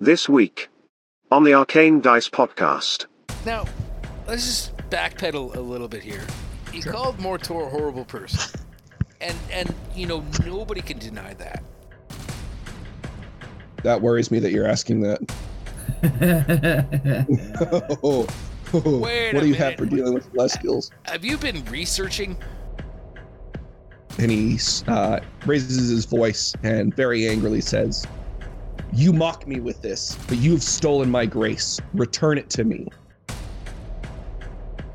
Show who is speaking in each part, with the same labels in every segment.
Speaker 1: This week on the Arcane Dice podcast.
Speaker 2: Now, let's just backpedal a little bit here. He called Mortor a horrible person, and and you know nobody can deny that.
Speaker 3: That worries me that you're asking that. Oh, oh,
Speaker 2: Wait
Speaker 3: what
Speaker 2: a
Speaker 3: do you have
Speaker 2: minute.
Speaker 3: for dealing with celestials?
Speaker 2: Have you been researching?
Speaker 3: And he uh, raises his voice and very angrily says, "You mock me with this, but you've stolen my grace. Return it to me."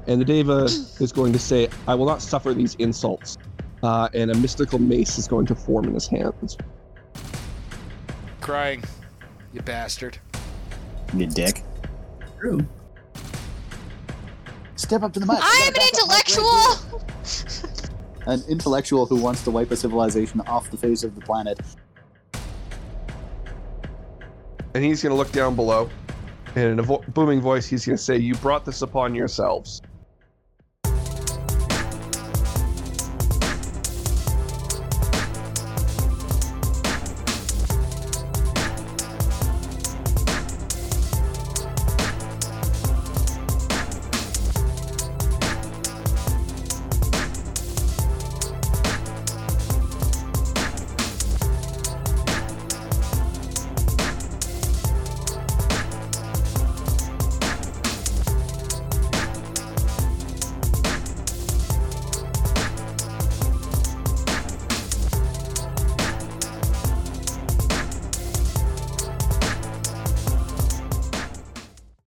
Speaker 3: And the deva is going to say, "I will not suffer these insults." Uh, and a mystical mace is going to form in his hands.
Speaker 2: Crying, you bastard.
Speaker 4: You dick.
Speaker 5: True.
Speaker 4: Step up to the mic.
Speaker 6: I am an intellectual.
Speaker 4: An intellectual who wants to wipe a civilization off the face of the planet.
Speaker 3: And he's going to look down below, and in a vo- booming voice, he's going to say, "You brought this upon yourselves."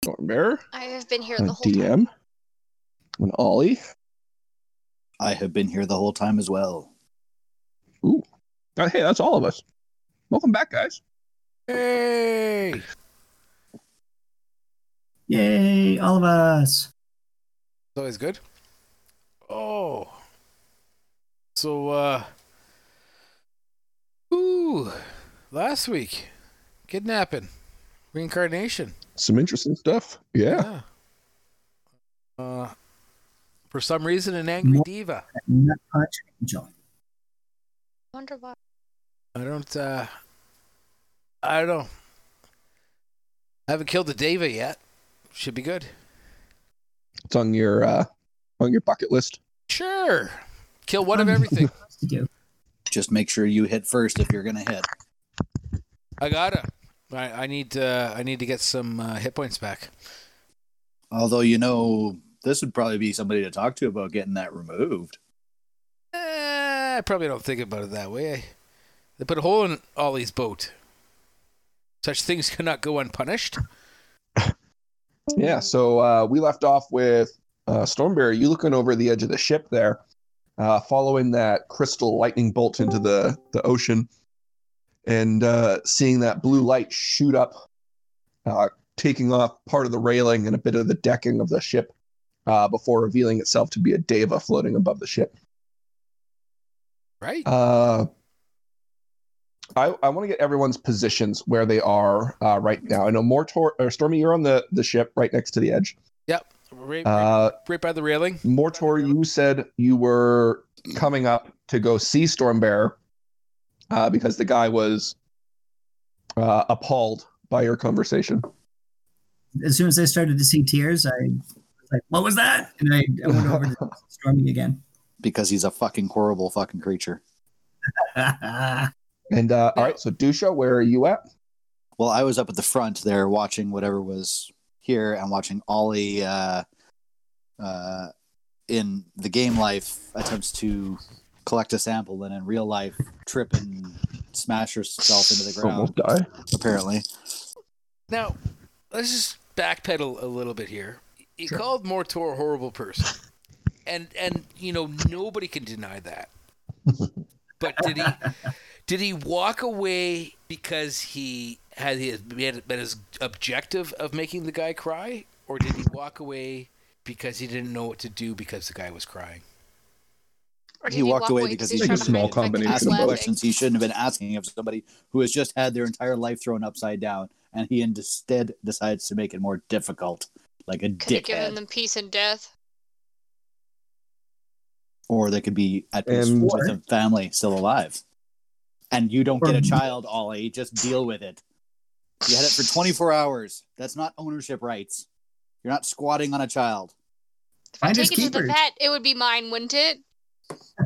Speaker 3: Stormbearer.
Speaker 6: I have been here
Speaker 3: a
Speaker 6: the whole
Speaker 3: DM,
Speaker 6: time.
Speaker 3: an Ollie.
Speaker 4: I have been here the whole time as well.
Speaker 3: Uh, hey, that's all of us. Welcome back, guys.
Speaker 2: Hey,
Speaker 5: Yay, all of us.
Speaker 2: it's always good. Oh, so uh, ooh, last week, kidnapping, reincarnation.
Speaker 3: Some interesting stuff. Yeah.
Speaker 2: Yeah. Uh, for some reason, an angry
Speaker 5: No.
Speaker 2: diva.
Speaker 5: Nut punch angel.
Speaker 6: Wonder why.
Speaker 2: I don't. uh I don't know. I haven't killed the diva yet. Should be good.
Speaker 3: It's on your uh on your bucket list.
Speaker 2: Sure. Kill one of everything.
Speaker 5: To do.
Speaker 4: Just make sure you hit first if you're gonna hit.
Speaker 2: I gotta. I, I need. Uh, I need to get some uh, hit points back.
Speaker 4: Although you know, this would probably be somebody to talk to about getting that removed.
Speaker 2: Eh, I probably don't think about it that way. They put a hole in Ollie's boat. Such things cannot go unpunished.
Speaker 3: Yeah. So uh we left off with uh Stormberry, you looking over the edge of the ship there, uh following that crystal lightning bolt into the the ocean and uh seeing that blue light shoot up uh taking off part of the railing and a bit of the decking of the ship uh before revealing itself to be a deva floating above the ship.
Speaker 2: Right.
Speaker 3: Uh, I I want to get everyone's positions where they are uh, right now. I know Mortor or Stormy, you're on the the ship right next to the edge.
Speaker 2: yep. Right, right,
Speaker 3: Uh,
Speaker 2: right by the railing.
Speaker 3: Mortor, you said you were coming up to go see Stormbearer uh, because the guy was uh, appalled by your conversation.
Speaker 5: As soon as I started to see tears, I was like, what was that? And I, I went over to Stormy again.
Speaker 4: Because he's a fucking horrible fucking creature.
Speaker 3: And uh, all right, so Dusha, where are you at?
Speaker 4: Well, I was up at the front there watching whatever was here and watching Ollie uh, uh, in the game life attempts to collect a sample and in real life trip and smash herself into the ground,
Speaker 3: Almost die.
Speaker 4: apparently.
Speaker 2: Now, let's just backpedal a little bit here. He called Mortor a horrible person, and and you know nobody can deny that. but did he did he walk away because he had his had been his objective of making the guy cry, or did he walk away because he didn't know what to do because the guy was crying?
Speaker 6: Or did
Speaker 4: He walked
Speaker 6: walk
Speaker 4: away because
Speaker 6: he
Speaker 4: he's like
Speaker 6: was
Speaker 4: a
Speaker 6: trying to
Speaker 3: small
Speaker 6: hide the fact that he was
Speaker 3: combination of
Speaker 4: Asking
Speaker 3: both.
Speaker 6: laughing?
Speaker 4: questions he shouldn't have been asking of somebody who has just had their entire life thrown upside down and he instead decides to make it more difficult, like a
Speaker 6: Could have given
Speaker 4: dickhead.
Speaker 6: them peace and death.
Speaker 4: or they could be at
Speaker 3: And-
Speaker 4: peace with a
Speaker 5: Um,
Speaker 4: family still alive. And you don't get a child, Ollie. Just deal with it. You had it for 24 hours. That's not ownership rights. You're not squatting on a child.
Speaker 6: If I
Speaker 5: Finders
Speaker 6: take it to the
Speaker 5: keepers.
Speaker 6: vet, it would be mine, wouldn't it?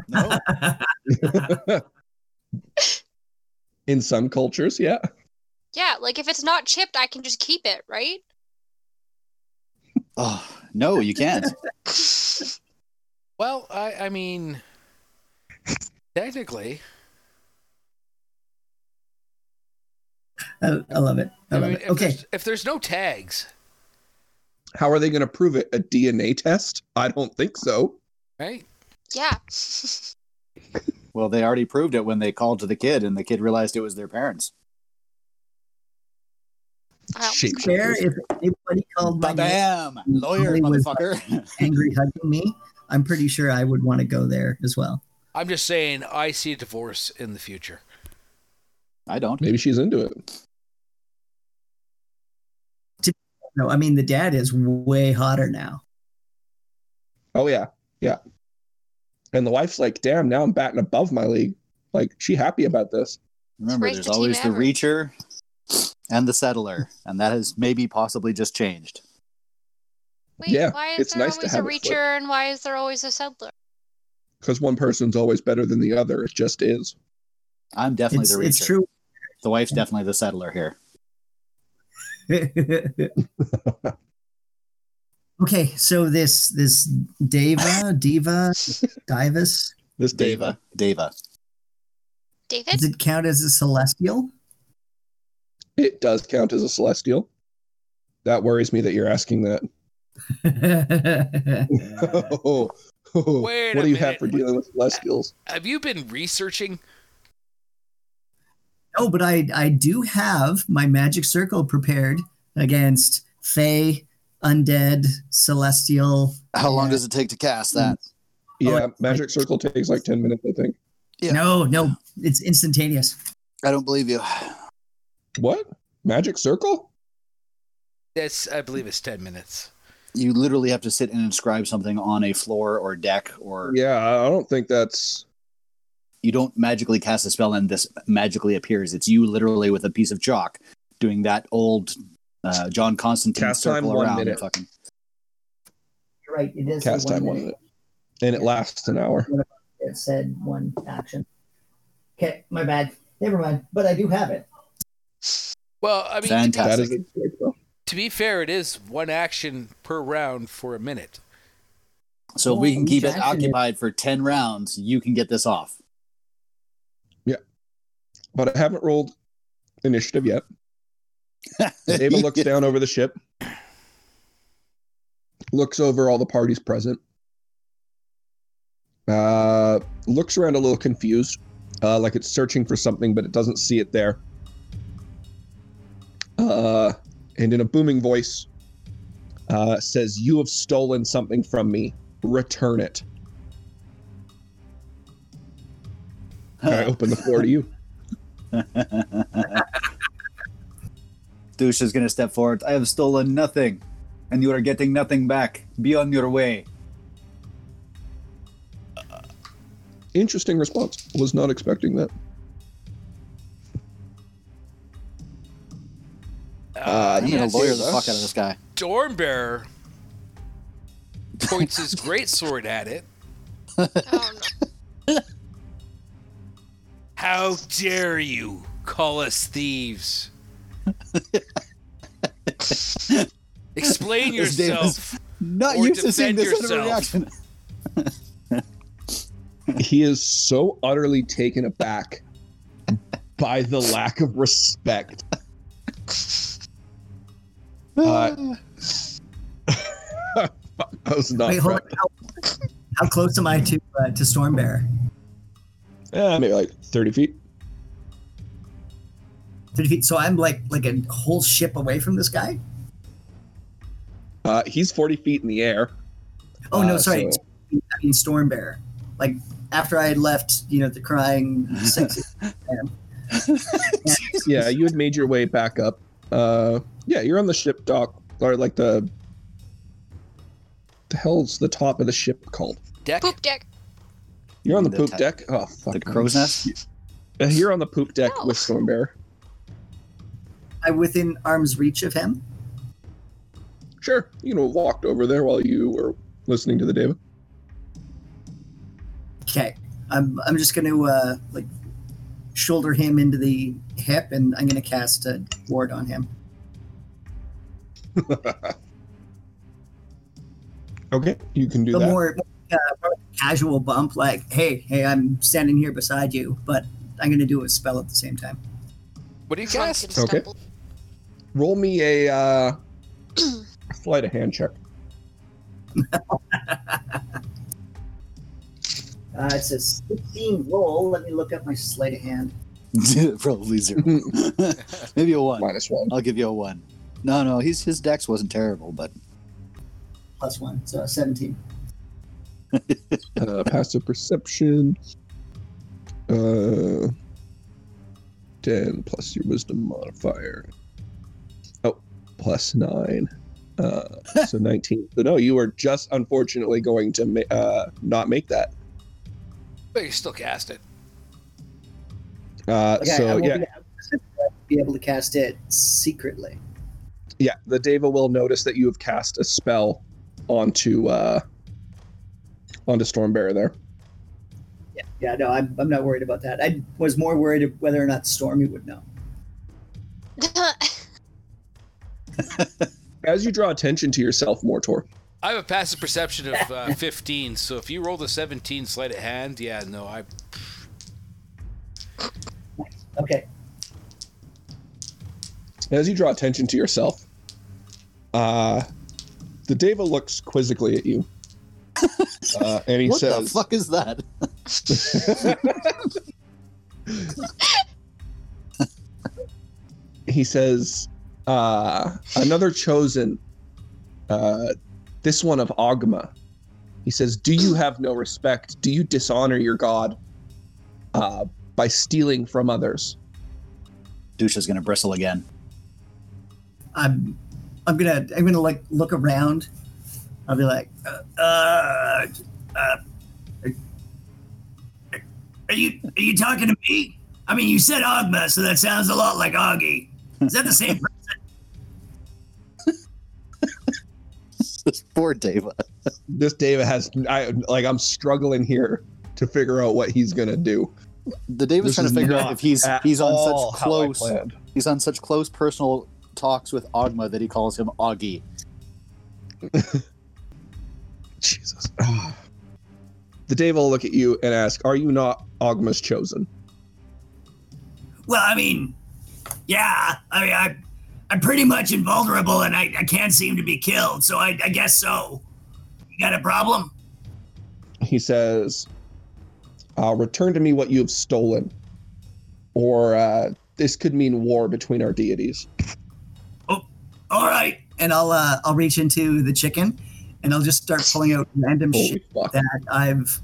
Speaker 4: No.
Speaker 3: In some cultures, yeah.
Speaker 6: Yeah, like if it's not chipped, I can just keep it, right?
Speaker 4: oh, no, you can't.
Speaker 2: Well, I, I mean, technically,
Speaker 5: I, I love it. I
Speaker 2: I
Speaker 5: love
Speaker 2: mean,
Speaker 5: it.
Speaker 2: if,
Speaker 5: Okay.
Speaker 2: there's, if there's no tags,
Speaker 3: How are they going to prove it? A DNA test? I don't think so.
Speaker 2: right?
Speaker 6: Yeah.
Speaker 4: Well, they already proved it when they called to the kid and the kid realized it was their parents.
Speaker 6: Wow.
Speaker 5: Fair if anybody called my name
Speaker 4: Bam! Lawyer, motherfucker.
Speaker 5: angry hugging me, I'm pretty sure I would want to go there as well.
Speaker 2: I'm just saying, I see a divorce in the future.
Speaker 4: I don't.
Speaker 3: Maybe she's into it.
Speaker 5: No, I mean the dad is way hotter now.
Speaker 3: Oh yeah, yeah. And the wife's like, "Damn, now I'm batting above my league." Like she happy about this.
Speaker 4: Remember,
Speaker 6: Raise
Speaker 4: there's
Speaker 6: the team
Speaker 4: always the
Speaker 6: ever.
Speaker 4: reacher and the settler, and that has maybe possibly just changed.
Speaker 6: Wait,
Speaker 3: Yeah,
Speaker 6: why is
Speaker 3: it's
Speaker 6: there
Speaker 3: nice to
Speaker 6: always
Speaker 3: have
Speaker 6: a
Speaker 3: it flipped.
Speaker 6: reacher and why is there always a settler?
Speaker 3: because one person's always better than the other. It just is.
Speaker 4: I'm definitely
Speaker 5: it's
Speaker 4: the reacher.
Speaker 5: it's true.
Speaker 4: The wife's definitely the settler here.
Speaker 5: okay, so this this Deva Diva Divas
Speaker 3: This Deva.
Speaker 4: Deva.
Speaker 6: David?
Speaker 5: does it count as a celestial?
Speaker 3: It does count as a celestial. That worries me that you're asking that. Oh,
Speaker 2: Wait a
Speaker 3: what do you have
Speaker 2: minute.
Speaker 3: for dealing with celestials?
Speaker 2: Have you been researching?
Speaker 5: No, but I I do have my magic circle prepared against Fey, undead, celestial.
Speaker 4: How long
Speaker 5: Yeah.
Speaker 4: does it take to cast that?
Speaker 3: Yeah, magic circle takes Oh, like ten minutes, I think.
Speaker 4: Yeah.
Speaker 5: No, no, it's instantaneous.
Speaker 3: Hmm.
Speaker 4: I don't believe you.
Speaker 3: What magic circle?
Speaker 2: That's, I believe it's 10 minutes.
Speaker 4: You literally have to sit and inscribe something on a floor or deck, or
Speaker 3: Yeah, I don't think that's.
Speaker 4: you don't magically cast a spell and this magically appears. It's you literally with a piece of chalk doing that old uh, John Constantine
Speaker 3: Cast time,
Speaker 4: circle
Speaker 3: one
Speaker 4: around.
Speaker 3: minute.
Speaker 4: Fucking,
Speaker 5: You're right. It is
Speaker 3: Cast time one minute. And it lasts an hour.
Speaker 5: It said one action. Okay, my bad. Never mind. But I do have it.
Speaker 2: Well, I mean, to be-
Speaker 3: That
Speaker 4: fantastic.
Speaker 3: is a circle.
Speaker 2: to be fair, it is one action per round for a minute.
Speaker 4: so if we
Speaker 5: Oh,
Speaker 4: can keep it
Speaker 5: Jackson is-
Speaker 4: occupied for 10 rounds, you can get this off.
Speaker 3: But I haven't rolled initiative yet. Ava looks down over the ship, looks over all the parties present, uh, looks around a little confused, uh, like it's searching for something, but it doesn't see it there. Uh, and in a booming voice, uh, says, You have stolen something from me. Return it. I open the floor to you.
Speaker 4: Douche is going to step forward. I have stolen nothing, and you are getting nothing back. Be on your way.
Speaker 3: Interesting response. Was not expecting that. Uh,
Speaker 4: I'm going
Speaker 2: yes.
Speaker 4: to lawyer the fuck out of this guy.
Speaker 2: Stormbearer points his greatsword at it.
Speaker 6: Oh, no.
Speaker 2: How dare you call us thieves? Explain
Speaker 4: This Dave
Speaker 2: yourself.
Speaker 4: Not
Speaker 2: Or
Speaker 4: used to seeing
Speaker 2: defend
Speaker 4: this sort of
Speaker 2: yourself.
Speaker 4: reaction.
Speaker 3: he is so utterly taken aback by the lack of respect. Uh, that was not
Speaker 5: Wait, hold on.
Speaker 3: friendly.
Speaker 5: How, how close am I to uh, to Stormbearer?
Speaker 3: Eh, maybe like 30 feet.
Speaker 5: Thirty feet. So I'm like like a whole ship away from this guy.
Speaker 3: Uh, he's 40 feet in the air.
Speaker 5: Oh
Speaker 3: Uh,
Speaker 5: no, sorry.
Speaker 3: so-
Speaker 5: I mean Stormbearer. Like after I had left, you know, the crying sexy man.
Speaker 3: Yeah, you had made your way back up. Uh, yeah, you're on the ship dock, or like the. The hell's the top of the ship called?
Speaker 2: Deck.
Speaker 6: Poop deck.
Speaker 3: You're on the,
Speaker 4: The
Speaker 3: poop
Speaker 4: te-
Speaker 3: deck. Oh fuck!
Speaker 4: the crow's nest?
Speaker 3: Uh, You're on the poop deck
Speaker 6: No.
Speaker 3: with Stormbear.
Speaker 5: I within arm's reach of him?
Speaker 3: Sure. You know, walked over there while you were listening to the Deva.
Speaker 5: Okay. I'm I'm just gonna uh like shoulder him into the hip and I'm gonna cast a ward on him.
Speaker 3: okay, you can do
Speaker 5: The
Speaker 3: that.
Speaker 5: more, uh, more casual bump, like, hey, hey, I'm standing here beside you, but I'm gonna do a spell at the same time.
Speaker 2: What do you
Speaker 6: Drunk
Speaker 2: cast?
Speaker 6: and
Speaker 3: Okay.
Speaker 6: stumbled.
Speaker 3: Roll me a uh, flight of hand check.
Speaker 5: Uh, it's a 16 roll. Let me look up my sleight of hand.
Speaker 4: Probably zero. Maybe a one.
Speaker 3: Minus one.
Speaker 4: I'll give you a one. No, no, his his dex wasn't terrible, but
Speaker 5: Plus one, so 17.
Speaker 3: Uh, passive perception. Uh, 10 plus your wisdom modifier. Oh, plus nine. Uh, so 19. So no, you are just unfortunately going to ma- uh, not make that.
Speaker 2: But you Oh, still cast it.
Speaker 3: Uh,
Speaker 5: Okay, I
Speaker 3: so
Speaker 5: won't
Speaker 3: yeah,
Speaker 5: be able- be able to cast it secretly.
Speaker 3: yeah, the Deva will notice that you have cast a spell onto uh, onto Stormbearer there.
Speaker 5: Yeah, yeah, no, I'm, I'm not worried about that. I was more worried of whether or not Stormy would know.
Speaker 3: As you draw attention to yourself, Mortor,
Speaker 2: I have a passive perception of uh, 15, so if you roll the 17 sleight of hand, yeah, no, I
Speaker 5: Okay.
Speaker 3: as you draw attention to yourself, uh, the Deva looks quizzically at you, uh, and he
Speaker 4: what the
Speaker 3: says,
Speaker 4: fuck is that?
Speaker 3: "He says uh, another chosen, uh, this one of Agma." He says, "Do you have no respect? Do you dishonor your god uh, by stealing from others?"
Speaker 4: Dusha's gonna bristle again.
Speaker 5: I'm I'm gonna I'm gonna like look around. I'll be like, uh, uh, uh, are you are you talking to me? I mean, you said Ogma, so that sounds a lot like Augie. Is that the same? person?
Speaker 4: Poor Deva.
Speaker 3: This Deva has, I, like, I'm struggling here to figure out what he's gonna do.
Speaker 4: The Deva's
Speaker 3: This
Speaker 4: trying
Speaker 3: is
Speaker 4: to figure
Speaker 3: not
Speaker 4: out if he's
Speaker 3: at
Speaker 4: he's on
Speaker 3: all
Speaker 4: such
Speaker 3: how I
Speaker 4: close
Speaker 3: planned.
Speaker 4: he's on such close personal talks with Ogma that he calls him Augie.
Speaker 3: Jesus. the Dave will look at you and ask, Are you not Ogma's chosen?
Speaker 5: Well, I mean, yeah. I mean, I I'm pretty much invulnerable, and I, I can't seem to be killed. So I, I guess so. You got a problem?
Speaker 3: He says, uh, Return to me what you have stolen, or uh, this could mean war between our deities.
Speaker 5: All right. And I'll uh, I'll reach into the chicken, and I'll just start pulling out random shit
Speaker 3: Holy fuck.
Speaker 5: that I've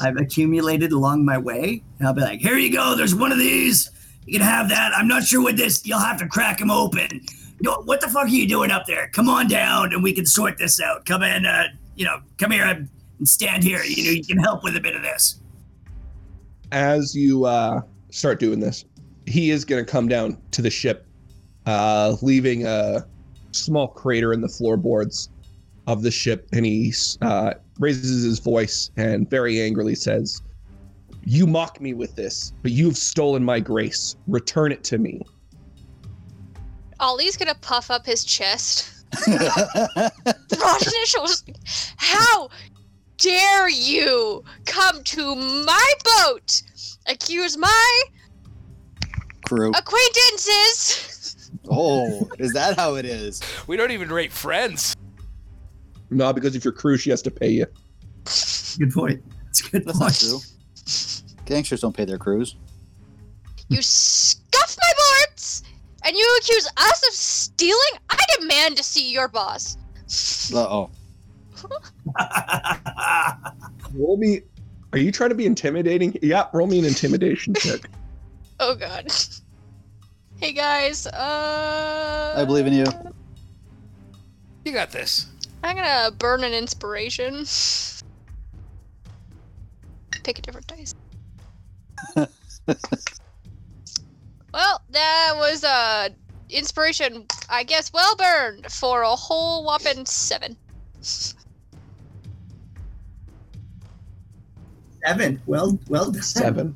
Speaker 5: I've accumulated along my way, and I'll be like, "Here you go. There's one of these. You can have that. I'm not sure what this. You'll have to crack them open. No, what the fuck are you doing up there? Come on down, and we can sort this out. Come in. Uh, you know, come here and and stand here. You know, you can help with a bit of this.
Speaker 3: As you uh, start doing this, he is going to come down to the ship, uh, leaving a small crater in the floorboards of the ship, and he uh, raises his voice and very angrily says, You mock me with this, but you've stolen my grace. Return it to me.
Speaker 6: Ollie's gonna puff up his chest. Broad initials. How dare you come to my boat? Accuse my
Speaker 4: Crew.
Speaker 6: acquaintances.
Speaker 4: Oh, is that how it is?
Speaker 2: we don't even rate friends.
Speaker 3: No, because if you're crew, she has to pay you.
Speaker 5: Good point. That's a good
Speaker 4: That's not true. Gangsters don't pay their crews.
Speaker 6: You scuff my boards, and you accuse us of stealing. I demand to see your boss.
Speaker 4: Uh oh.
Speaker 3: Roll me. Are you trying to be intimidating? Yeah, roll me an intimidation check.
Speaker 6: Oh god. Hey guys, uh.
Speaker 4: I believe in you.
Speaker 2: You got this.
Speaker 6: I'm gonna burn an inspiration. Pick a different dice. well, that was uh inspiration, I guess, well burned for a whole whopping seven.
Speaker 5: Seven. Well, well done.
Speaker 3: Seven.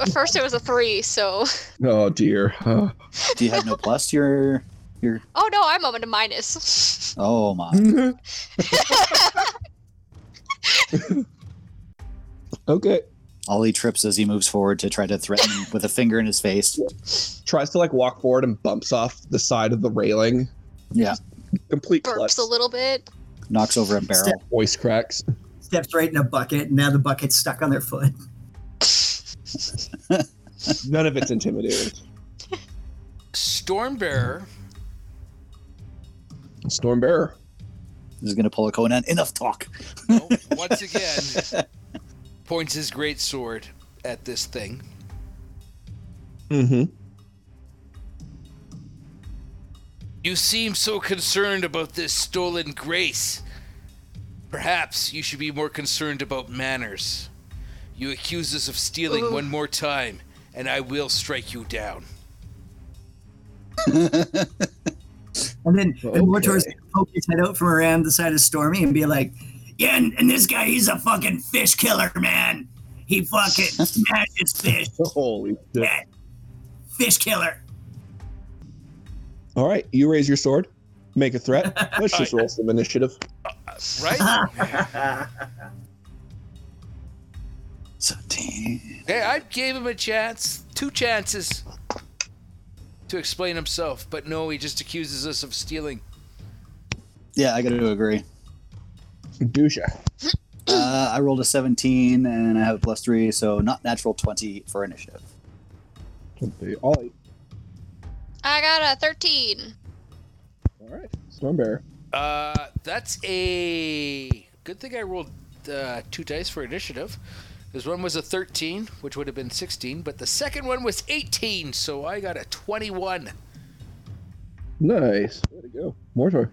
Speaker 6: At first it was a three, so.
Speaker 3: Oh dear. Uh,
Speaker 4: Do you have no plus? Your
Speaker 6: Oh no, I'm up to minus.
Speaker 4: oh my.
Speaker 3: okay.
Speaker 4: Ollie trips as he moves forward to try to threaten him with a finger in his face.
Speaker 3: Tries to like walk forward and bumps off the side of the railing.
Speaker 4: Yeah,
Speaker 3: Complete
Speaker 6: Burps
Speaker 3: klutz.
Speaker 6: a little bit.
Speaker 4: knocks over a barrel.
Speaker 3: Voice cracks.
Speaker 5: Steps right in a bucket, and now the bucket's stuck on their foot.
Speaker 3: None of it's intimidating.
Speaker 2: Stormbearer
Speaker 3: Stormbearer.
Speaker 4: He's gonna pull a Conan. Enough talk.
Speaker 2: no, once again points his great sword at this thing.
Speaker 3: Mm-hmm.
Speaker 2: You seem so concerned about this stolen grace. Perhaps you should be more concerned about manners. You accuse us of stealing one more time, and I will strike you down.
Speaker 5: And then
Speaker 3: Okay.
Speaker 5: and Mortor's gonna poke his head out from around the side of Stormy and be like, "Yeah, and, and this guy, he's a fucking fish killer, man. He fucking smashes fish.
Speaker 3: Holy shit.
Speaker 5: Yeah. Fish killer."
Speaker 3: All right, you raise your sword, make a threat. Let's just roll some initiative.
Speaker 2: Right?
Speaker 4: So, dang.
Speaker 2: hey, I gave him a chance, two chances to explain himself, but no, he just accuses us of stealing.
Speaker 4: Yeah, I gotta agree.
Speaker 3: Dusha.
Speaker 4: Uh, I rolled a 17 and I have a plus three, so not natural 20 for initiative.
Speaker 3: Ollie.
Speaker 6: I got a 13.
Speaker 3: All right, Stormbearer.
Speaker 2: Uh, that's a good thing. I rolled uh, two dice for initiative. Because one was a 13, which would have been 16, but the second one was 18, so I got a 21.
Speaker 3: Nice. Way to go. Mortor.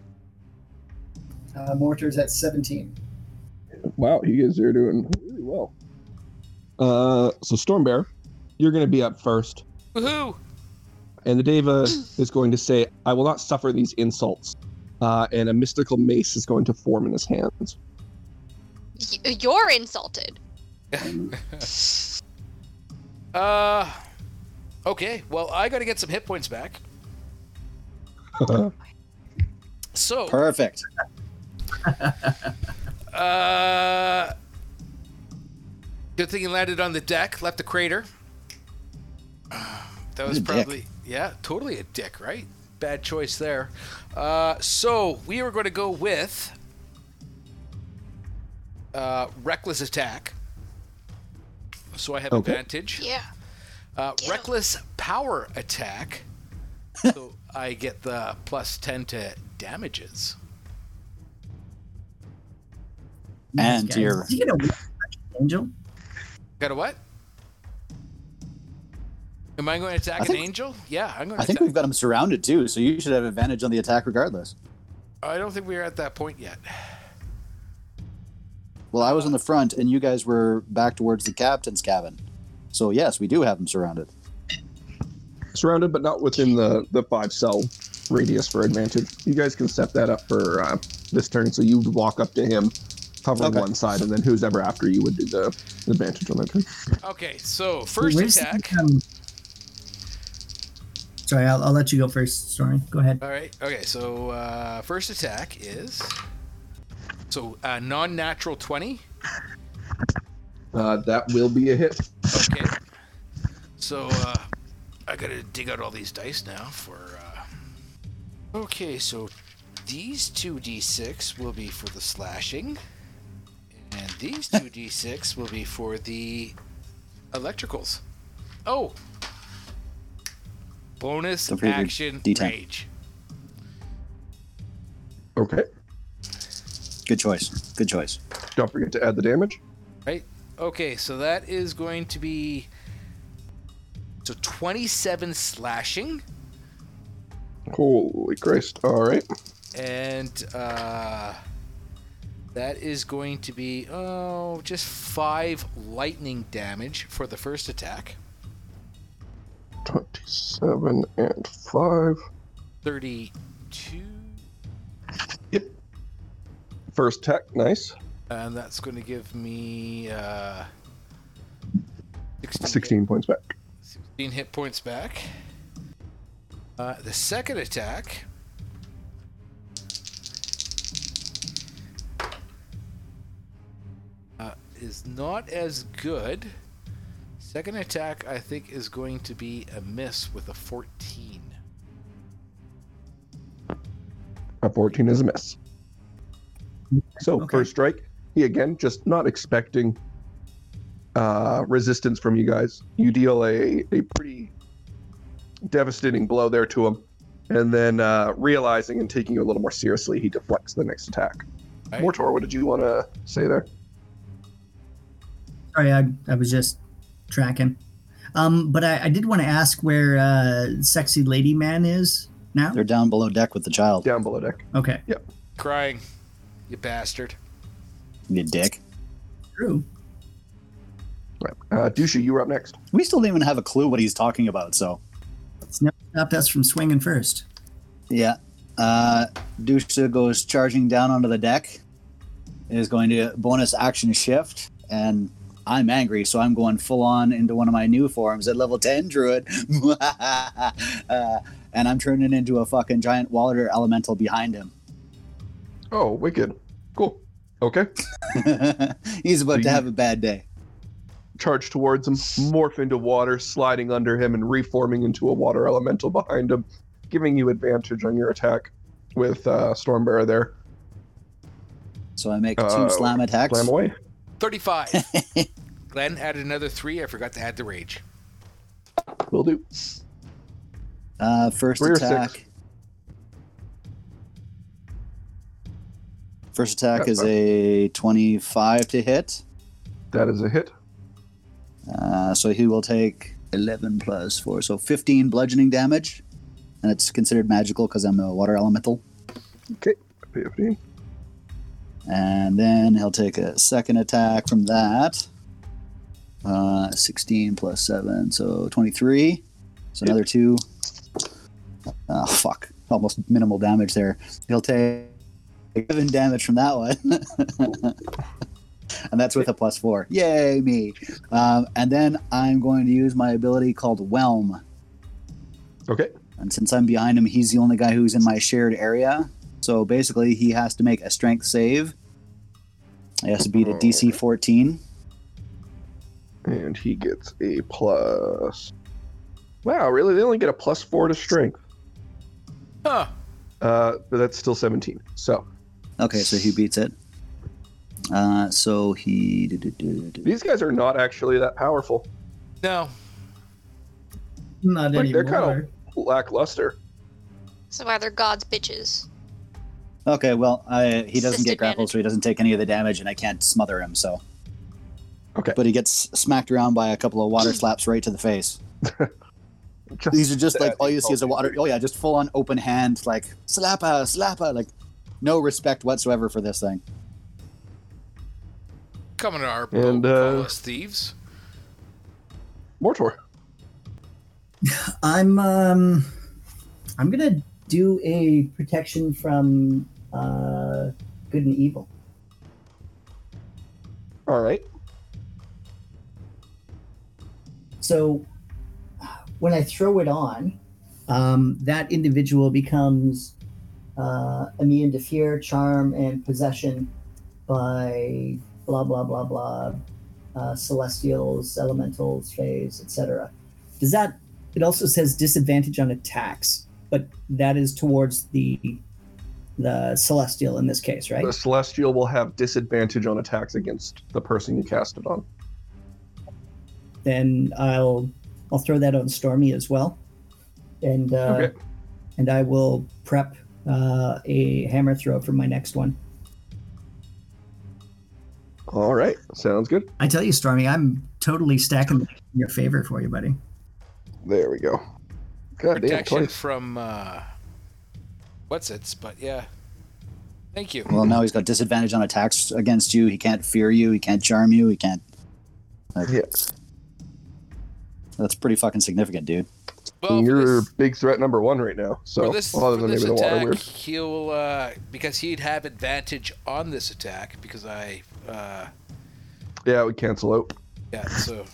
Speaker 5: Uh, Mortor's at 17.
Speaker 3: Wow, you guys are doing really well. Uh, so Stormbear, you're going to be up first,
Speaker 2: Woohoo!
Speaker 3: and the Deva is going to say, "I will not suffer these insults," uh, and a mystical mace is going to form in his hands.
Speaker 6: Y- you're insulted.
Speaker 2: Uh, okay, well, I gotta get some hit points back.
Speaker 3: Uh-huh.
Speaker 2: So,
Speaker 4: Perfect.
Speaker 2: Uh, good thing he landed on the deck, left the crater. That was
Speaker 4: a dick.
Speaker 2: probably yeah, totally a dick, right? Bad choice there. Uh, so we are going to go with uh, reckless attack. So I have
Speaker 3: Okay.
Speaker 2: advantage.
Speaker 6: Yeah.
Speaker 2: Uh,
Speaker 6: Get 'em.
Speaker 2: reckless power attack. so I get the plus ten to damages.
Speaker 4: And
Speaker 5: Guys,
Speaker 4: your
Speaker 5: Did you get a weird angel?
Speaker 2: Got a what? Am I going to attack an
Speaker 4: I think-
Speaker 2: angel? Yeah, I'm going to
Speaker 4: I think
Speaker 2: attack.
Speaker 4: we've got him surrounded too, so you should have advantage on the attack regardless.
Speaker 2: I don't think we're at that point yet.
Speaker 4: Well, I was in the front and you guys were back towards the captain's cabin. So yes, we do have him surrounded.
Speaker 3: Surrounded, but not within the the five cell radius for advantage. You guys can set that up for uh, this turn. So you would walk up to him, cover
Speaker 4: Okay.
Speaker 3: one side, and then who's ever after you would do the advantage on that turn.
Speaker 2: Okay, so first
Speaker 5: Where's the,
Speaker 2: attack.
Speaker 5: um, Sorry, I'll, I'll let you go first, Stormy. Go ahead.
Speaker 2: All right. Okay, so uh, first attack is so uh, non-natural twenty.
Speaker 3: Uh, that will be a hit.
Speaker 2: Okay. So uh, I gotta dig out all these dice now for. Uh... Okay, so these two d6 will be for the slashing, and these two d6 will be for the electricals. Oh. Bonus
Speaker 4: Don't forget your
Speaker 2: action
Speaker 4: D10.
Speaker 2: rage.
Speaker 3: Okay.
Speaker 4: Good choice. Good choice.
Speaker 3: Don't forget to add the damage.
Speaker 2: Right. Okay, so that is going to be so 27 slashing.
Speaker 3: Holy Christ! All right.
Speaker 2: and uh, that is going to be oh just five lightning damage for the first attack
Speaker 3: 27 and 5.
Speaker 2: 32,
Speaker 3: First tech, nice.
Speaker 2: and that's going to give me uh, 16,
Speaker 3: 16 points back.
Speaker 2: 16 hit points back. Uh, the second attack. Uh, is not as good. Second attack, I think, is going to be a miss with a 14.
Speaker 3: A 14 is a miss. So
Speaker 5: Okay.
Speaker 3: first strike, he again just not expecting uh, resistance from you guys. You deal a, a pretty devastating blow there to him, and then uh, realizing and taking you a little more seriously, he deflects the next attack.
Speaker 2: Right.
Speaker 3: Mortor, what did you want to say there?
Speaker 5: Sorry, I, I was just tracking. Um, but I, I did want to ask where uh, sexy lady man is now.
Speaker 4: They're down below deck with the child.
Speaker 3: Down below deck.
Speaker 5: Okay,
Speaker 2: Crying, you bastard.
Speaker 4: You dick.
Speaker 5: true.
Speaker 3: Right. Uh, Dusha, you were up next.
Speaker 4: We still don't even have a clue what he's talking about, so.
Speaker 5: It's never stopped us from swinging first.
Speaker 4: Yeah. Uh, Dusha goes charging down onto the deck. Is going to bonus action shift, and I'm angry, so I'm going full on into one of my new forms at level 10 druid. uh, and I'm turning into a fucking giant water elemental behind him.
Speaker 3: Oh, wicked. Cool. Okay.
Speaker 4: He's about
Speaker 3: So you-
Speaker 4: to have a bad day.
Speaker 3: Charge towards him, morph into water, sliding under him and reforming into a water elemental behind him, giving you advantage on your attack with uh, Stormbearer there.
Speaker 4: So I make two
Speaker 3: Uh,
Speaker 4: slam attacks.
Speaker 3: Slam away.
Speaker 2: 35. Glenn added another three. I forgot to add the rage.
Speaker 3: Will do.
Speaker 4: Uh, first
Speaker 3: Three or six?
Speaker 4: attack. First attack
Speaker 3: That's
Speaker 4: is
Speaker 3: fine.
Speaker 4: a 25 to hit.
Speaker 3: That is a hit.
Speaker 4: Uh, so he will take 11 plus 4, so 15 bludgeoning damage. And it's considered magical because I'm a water elemental.
Speaker 3: 15.
Speaker 4: And then he'll take a second attack from that. Uh, 16 plus 7, so 23. So another 2. Oh, fuck. Almost minimal damage there. He'll take 7 damage from that one. and that's with a plus 4. Yay, me. Um, and then I'm going to use my ability called Whelm.
Speaker 3: Okay.
Speaker 4: And since I'm behind him, he's the only guy who's in my shared area. So basically, he has to make a strength save. He has to beat a DC 14.
Speaker 3: And he gets a plus. Wow, really? They only get a plus four to strength.
Speaker 2: Huh.
Speaker 3: Uh, but that's still 17. So
Speaker 4: Okay, so he beats it. Uh, so he.
Speaker 3: these guys are not actually that powerful.
Speaker 2: No.
Speaker 5: Not
Speaker 3: Like, they're
Speaker 5: anymore.
Speaker 3: kinda- Lackluster.
Speaker 6: So why they're God's bitches.
Speaker 4: Okay, well, I, he doesn't get grappled,
Speaker 6: Disadvantage.
Speaker 4: so he doesn't take any of the damage, and I can't smother him, so.
Speaker 3: Okay.
Speaker 4: But he gets smacked around by a couple of water slaps right to the face.
Speaker 3: Just
Speaker 4: These are just like
Speaker 3: that
Speaker 4: all you see is a water. Oh yeah, just full on open hand, like slappa, slappa, like no respect whatsoever for this thing.
Speaker 2: Coming to our boat,
Speaker 3: And,
Speaker 2: call
Speaker 3: uh,
Speaker 2: us thieves.
Speaker 3: Mortor.
Speaker 5: I'm um, I'm gonna do a protection from uh, good and evil.
Speaker 3: All right.
Speaker 5: So when I throw it on, um, that individual becomes uh, immune to fear, charm, and possession by blah blah blah blah, uh, celestials, elementals, phase, etc. Does that? It also says disadvantage on attacks, but that is towards the the celestial in this case, right?
Speaker 3: The Celestial will have disadvantage on attacks against the person you cast it on.
Speaker 5: then I'll I'll throw that on Stormy as well, and uh,
Speaker 3: Okay.
Speaker 5: and I will prep uh, a hammer throw for my next one.
Speaker 3: All right. Sounds good.
Speaker 5: I tell you, Stormy, I'm totally stacking your favor for you, buddy.
Speaker 3: There we go. God damn,
Speaker 2: Protection
Speaker 3: 20.
Speaker 2: from, uh, what's it's, but yeah. Thank you.
Speaker 4: Well, now he's got disadvantage on attacks against you. He can't fear you. He can't charm you. He can't. Like,
Speaker 3: Yeah.
Speaker 4: That's pretty fucking significant, dude.
Speaker 2: Well, for
Speaker 3: You're
Speaker 2: this-
Speaker 3: big threat number one right now. So
Speaker 2: for this,
Speaker 3: well, other
Speaker 2: for
Speaker 3: than
Speaker 2: this
Speaker 3: maybe the water
Speaker 2: attack,
Speaker 3: weird.
Speaker 2: he'll uh, because he'd have advantage on this attack because I uh,
Speaker 3: Yeah, we cancel out.
Speaker 2: yeah so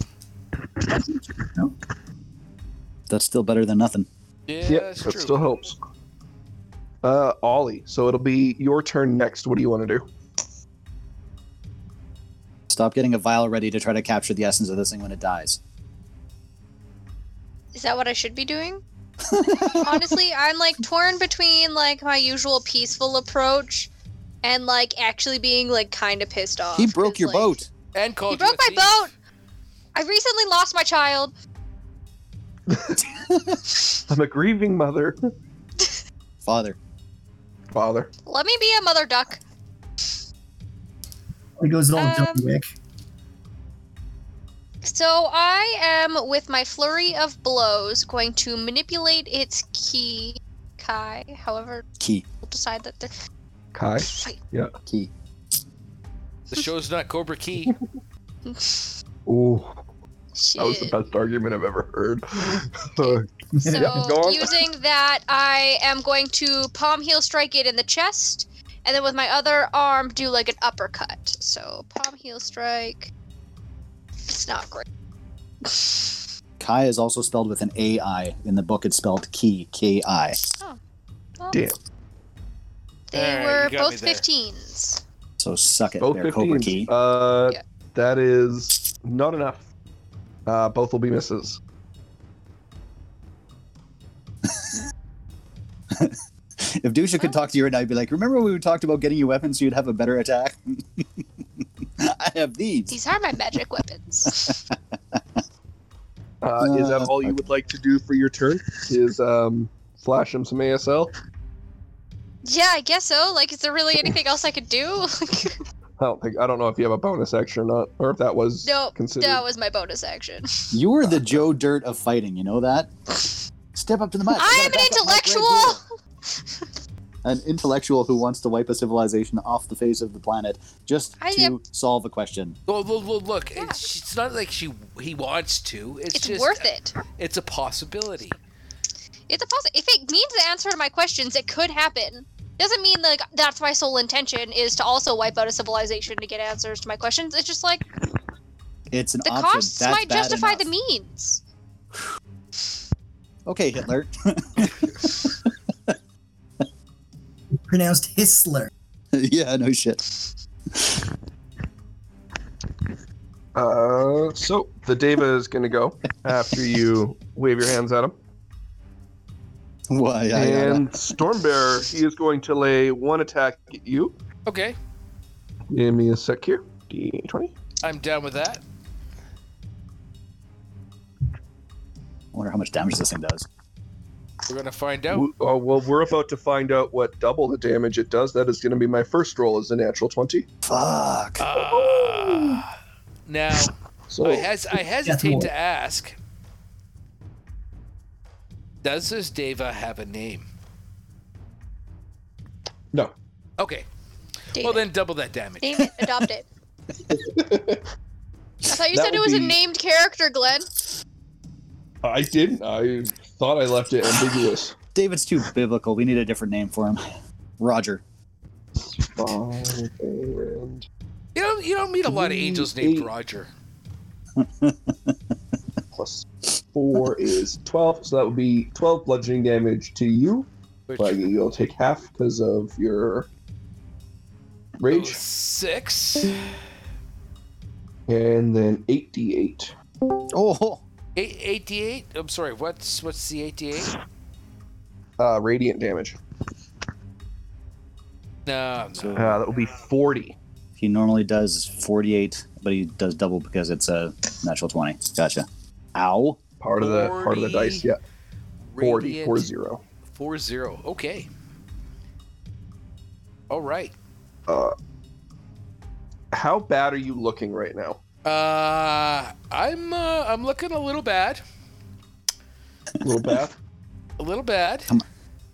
Speaker 4: That's still better than nothing.
Speaker 2: yeah
Speaker 3: yep,
Speaker 2: that's
Speaker 3: that
Speaker 2: true.
Speaker 3: still helps. Uh, Ollie. So it'll be your turn next. What do you want to do?
Speaker 4: Stop getting a vial ready to try to capture the essence of this thing when it dies.
Speaker 6: Is that what I should be doing? Honestly, I'm like torn between like my usual peaceful approach and like actually being like kind of pissed off.
Speaker 4: he broke
Speaker 6: 'cause,
Speaker 4: your
Speaker 6: Oh, like,
Speaker 4: boat.
Speaker 2: and called
Speaker 6: He
Speaker 2: you a
Speaker 6: broke my
Speaker 2: thief.
Speaker 6: boat. I recently lost my child.
Speaker 3: I'm a grieving mother,
Speaker 4: Father.
Speaker 3: father.
Speaker 6: Let me be a mother duck.
Speaker 5: It goes all
Speaker 6: Um,
Speaker 5: John Wick.
Speaker 6: So I am with my flurry of blows going to manipulate its key kai. However,
Speaker 4: Key.
Speaker 6: we'll decide that the
Speaker 3: Kai.
Speaker 4: Key.
Speaker 2: The show's not Cobra Key.
Speaker 3: Ooh,
Speaker 6: shit.
Speaker 3: that was the best argument I've ever heard. Uh,
Speaker 6: So
Speaker 3: Yeah, go on.
Speaker 6: using that, I am going to palm heel strike it in the chest, and then with my other arm do like an uppercut. So palm heel strike. It's not great.
Speaker 4: Kai is also spelled with an AI. In the book, it's spelled Key. K I.
Speaker 6: Well,
Speaker 3: Damn.
Speaker 6: They
Speaker 2: Alright,
Speaker 6: were
Speaker 2: you got me
Speaker 6: both
Speaker 2: there.
Speaker 6: 15s.
Speaker 4: So suck it,
Speaker 3: both
Speaker 4: there, Cobra
Speaker 3: 15s.
Speaker 4: Key.
Speaker 3: Uh,
Speaker 6: Yeah.
Speaker 3: that is not enough. Uh, both will be misses.
Speaker 4: If Dusha could talk to you right now, he'd be like, "Remember when we talked about getting you weapons so you'd have a better attack? I have these."
Speaker 6: These are my magic weapons.
Speaker 3: Uh, is that all you would like to do for your turn? Is um, flash him some ASL?
Speaker 6: yeah, I guess so. Like, is there really anything else I could do? Like,
Speaker 3: I don't think. I don't know if you have a bonus action or not, or if that was
Speaker 6: Nope,
Speaker 3: considered.
Speaker 6: that was my bonus action.
Speaker 4: You are the Joe Dirt of fighting. You know that. Step up to the mic.
Speaker 6: I
Speaker 4: gotta
Speaker 6: am an
Speaker 4: back up Mike right
Speaker 6: intellectual!
Speaker 4: here. an intellectual who wants to wipe a civilization off the face of the planet just
Speaker 6: I
Speaker 4: to
Speaker 6: am-
Speaker 4: solve a question.
Speaker 2: Well, well, well look,
Speaker 6: Yeah.
Speaker 2: it's, it's not like she he wants to. It's,
Speaker 6: It's
Speaker 2: just, uh,
Speaker 6: worth it.
Speaker 2: It's a possibility.
Speaker 6: It's a possible. If it means the answer to my questions, it could happen. Doesn't mean like that's my sole intention is to also wipe out a civilization to get answers to my questions. It's just like
Speaker 4: It's an
Speaker 6: the
Speaker 4: option.
Speaker 6: costs
Speaker 4: That's
Speaker 6: might
Speaker 4: bad
Speaker 6: justify
Speaker 4: enough.
Speaker 6: the means.
Speaker 4: Okay, Hitler.
Speaker 5: Pronounced Histler.
Speaker 4: yeah, no shit.
Speaker 3: Uh, so the Deva is going to go after you wave your hands at him.
Speaker 4: Why? I- I-
Speaker 3: and Stormbearer, he is going to lay one attack at you.
Speaker 2: Okay,
Speaker 3: Give me a sec here. D20.
Speaker 2: I'm down with that.
Speaker 4: I wonder how much damage this thing does.
Speaker 2: We're gonna find out.
Speaker 3: W- Oh, well, we're about to find out what double the damage it does. That is going to be my first roll as a natural 20.
Speaker 4: Fuck.
Speaker 2: Ah. now,
Speaker 3: So
Speaker 2: I, hes- I hesitate
Speaker 5: more.
Speaker 2: to ask. Does this Deva have a name?
Speaker 3: no.
Speaker 2: Okay.
Speaker 6: Dave
Speaker 2: Well, then double that damage.
Speaker 6: Name it. Adopt it. I thought you
Speaker 3: That
Speaker 6: said it
Speaker 3: would
Speaker 6: was a
Speaker 3: be-
Speaker 6: named character, Glenn.
Speaker 3: I didn't. I thought I left it ambiguous.
Speaker 4: David's too biblical. We need a different name for him. Roger.
Speaker 3: Five and
Speaker 2: You don't you don't meet a lot of angels named Roger.
Speaker 3: plus four is 12. So that would be 12 bludgeoning damage to you.
Speaker 2: Which
Speaker 3: But you'll take half because of your rage.
Speaker 2: Oh, six,
Speaker 3: And then 8d8.
Speaker 4: Oh,
Speaker 2: eight, eighty-eight. I'm sorry. What's what's the eighty-eight?
Speaker 3: Uh, radiant damage.
Speaker 2: No, no.
Speaker 3: Uh, that will be 40.
Speaker 4: he normally does 48, but he does double because it's a natural 20. Gotcha. Ow.
Speaker 3: Part of the part of the
Speaker 2: 40.
Speaker 3: dice, yeah. 40,
Speaker 2: Radiant
Speaker 3: 4 0.
Speaker 2: four zero. Okay. All right.
Speaker 3: Uh, how bad are you looking right now?
Speaker 2: Uh, I'm uh, I'm looking a little bad.
Speaker 3: A little bad?
Speaker 2: A little bad.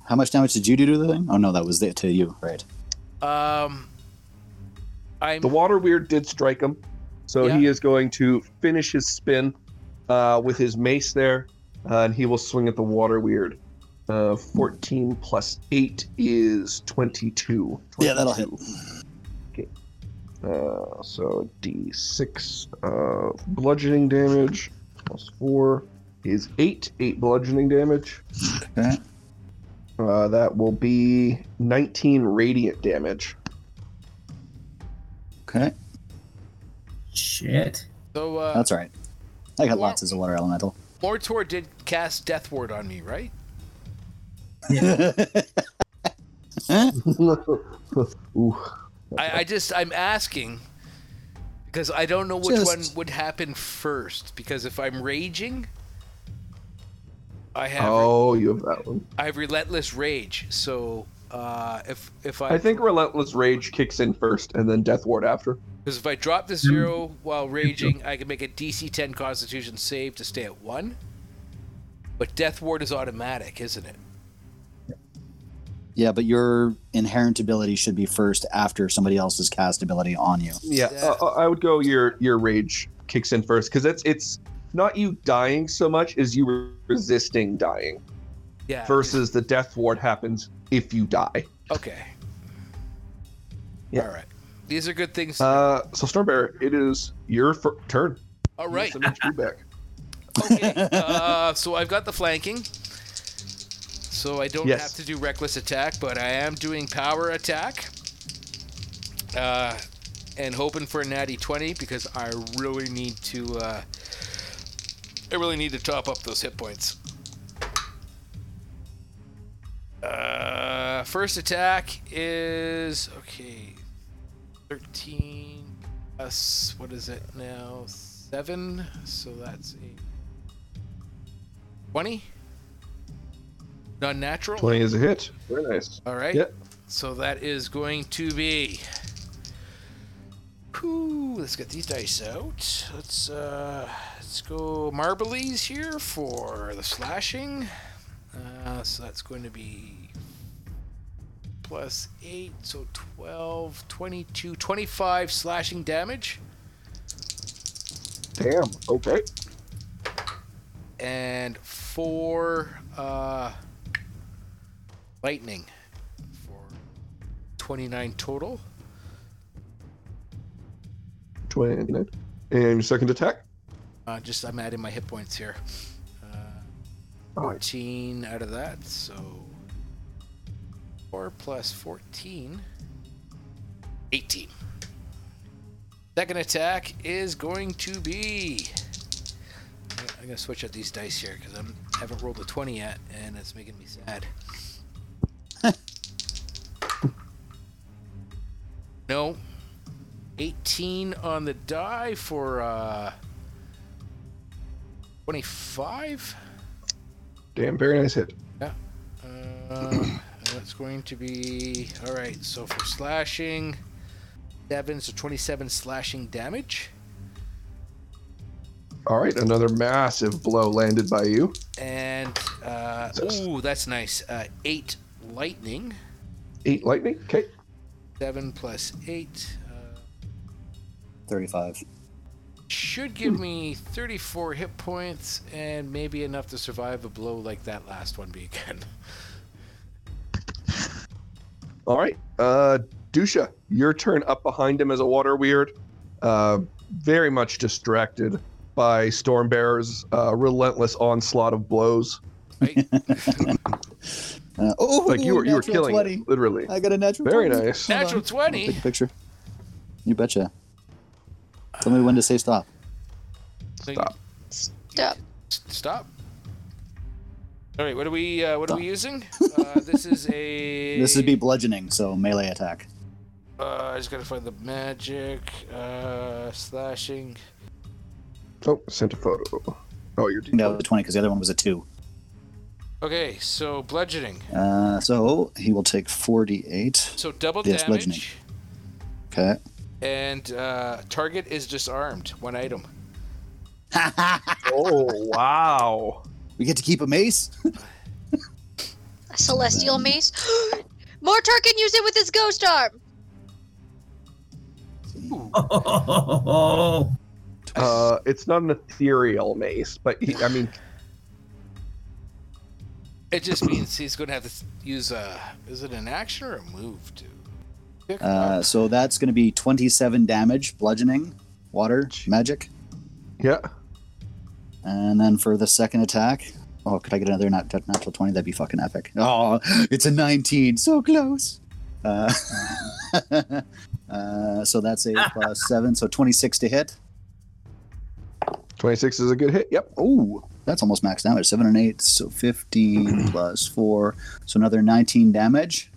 Speaker 4: How much damage did you do to the thing? Oh, no, that was it to you, right?
Speaker 2: Um, I'm
Speaker 3: the water weird did strike him, so he is going to finish his spin uh, with his mace there. uh, and he will swing at the water weird. Uh, 14 plus 8 is 22.
Speaker 4: Yeah, that'll hit.
Speaker 3: Uh, so d6 uh, bludgeoning damage plus 4 is 8. 8 bludgeoning damage.
Speaker 4: Okay.
Speaker 3: Uh, that will be 19 radiant damage.
Speaker 4: Okay,
Speaker 5: Shit.
Speaker 2: So uh,
Speaker 4: that's all right. I got lots as a water elemental.
Speaker 2: Mortor did cast Death Ward on me, right?
Speaker 3: Ooh.
Speaker 2: I, I just I'm asking because I don't know which
Speaker 4: Just-
Speaker 2: one would happen first. Because if I'm raging, I have
Speaker 3: Oh, you have that one.
Speaker 2: I have relentless rage. So uh, if if I
Speaker 3: I think Relentless Rage kicks in first and then Death Ward after.
Speaker 2: because if I drop the zero while raging, I can make a DC 10 Constitution save to stay at one. But Death Ward is automatic, isn't it?
Speaker 4: Yeah, but your inherent ability should be first after somebody else's cast ability on you.
Speaker 3: Yeah,
Speaker 2: Yeah.
Speaker 3: uh, I would go your your rage kicks in first because it's it's not you dying so much as you resisting dying
Speaker 2: Yeah.
Speaker 3: versus the death ward happens if you die.
Speaker 2: Okay.
Speaker 3: Yeah.
Speaker 2: All right. These are good things.
Speaker 3: Uh, so Stormbearer, it is your fir- turn.
Speaker 2: All
Speaker 3: You
Speaker 2: right.
Speaker 3: have Some HP back.
Speaker 2: Okay. uh, so I've got the flanking. So I don't
Speaker 3: Yes.
Speaker 2: have to do reckless attack, but I am doing power attack. Uh, and hoping for a natty 20 because I really need to uh, I really need to top up those hit points. Uh, first attack is okay. 13 plus what is it now? 7. So that's a 20. Non-natural.
Speaker 3: Twenty is a hit. Very nice.
Speaker 2: All right.
Speaker 3: Yep.
Speaker 2: So that is going to be. Whew, let's get these dice out. Let's uh, let's go marblies here for the slashing. Uh, so that's going to be plus 8, so 12, 22, 25 slashing damage.
Speaker 3: Damn. Okay.
Speaker 2: and four uh, lightning for 29 total.
Speaker 3: Twenty-nine. And your second attack.
Speaker 2: Uh, just I'm adding my hit points here. Uh,
Speaker 3: Alright.
Speaker 2: 14 out of that, so 4 plus 14, 18. Second attack is going to be. I'm gonna switch out these dice here because I haven't rolled a 20 yet, and it's making me sad. no, 18 on the die for uh 25
Speaker 3: Damn. Very nice hit.
Speaker 2: uh, and that's going to be all right so for slashing 7 so 27 slashing damage
Speaker 3: All right. Another massive blow landed by you.
Speaker 2: and uh ooh that's nice uh 8 lightning
Speaker 3: Eight lightning. Okay.
Speaker 2: 7 plus 8 uh,
Speaker 4: Thirty-five.
Speaker 2: should give me 34 hit points and maybe enough to survive a blow like that last one beacon
Speaker 3: All right. Uh, Dusha, your turn up behind him as a water weird. Uh, very much distracted by Stormbearer's uh, relentless onslaught of blows.
Speaker 2: right
Speaker 4: Uh, oh,
Speaker 3: Like you were, you were
Speaker 4: natural
Speaker 3: killing
Speaker 4: 20.
Speaker 3: it, literally.
Speaker 4: I got a natural.
Speaker 3: Very
Speaker 4: 20.
Speaker 3: nice.
Speaker 4: Hold
Speaker 2: natural
Speaker 4: on. I'll
Speaker 2: 20
Speaker 4: Take a picture. You betcha. Tell me when to say stop.
Speaker 3: Stop.
Speaker 6: Stop.
Speaker 2: S- Stop. All right, what are we uh, what are we using? Uh, this is a.
Speaker 4: This would be bludgeoning, so melee attack.
Speaker 2: Uh, I just gotta find the magic uh, slashing.
Speaker 3: Oh, sent a photo. Oh, you're
Speaker 4: That was a twenty because the other one was a two.
Speaker 2: Okay, so bludgeoning.
Speaker 4: Uh, so he will take forty-eight.
Speaker 2: So double
Speaker 4: Yes,
Speaker 2: damage,
Speaker 4: bludgeoning. Okay.
Speaker 2: and uh, target is disarmed. One item.
Speaker 3: Oh, wow.
Speaker 4: We get to keep a mace.
Speaker 6: A celestial mace. Mortar can use it with his ghost arm.
Speaker 5: Oh,
Speaker 3: Uh, it's not an ethereal mace, but he, I mean,
Speaker 2: It just means he's going to have to s- use a. Is it an action or a move to? pick him
Speaker 4: Uh,
Speaker 2: up?
Speaker 4: so that's going to be 27 damage, bludgeoning, water, magic.
Speaker 3: Yeah.
Speaker 4: And then for the second attack, oh, could I get another nat- natural 20? That'd be fucking epic. Oh, it's a 19. So close. Uh, uh, so that's a plus 7, so 26 to hit.
Speaker 3: 26 is a good hit. Yep.
Speaker 4: Oh, that's almost max damage. 7 and 8, so 15 plus 4. So another 19 damage.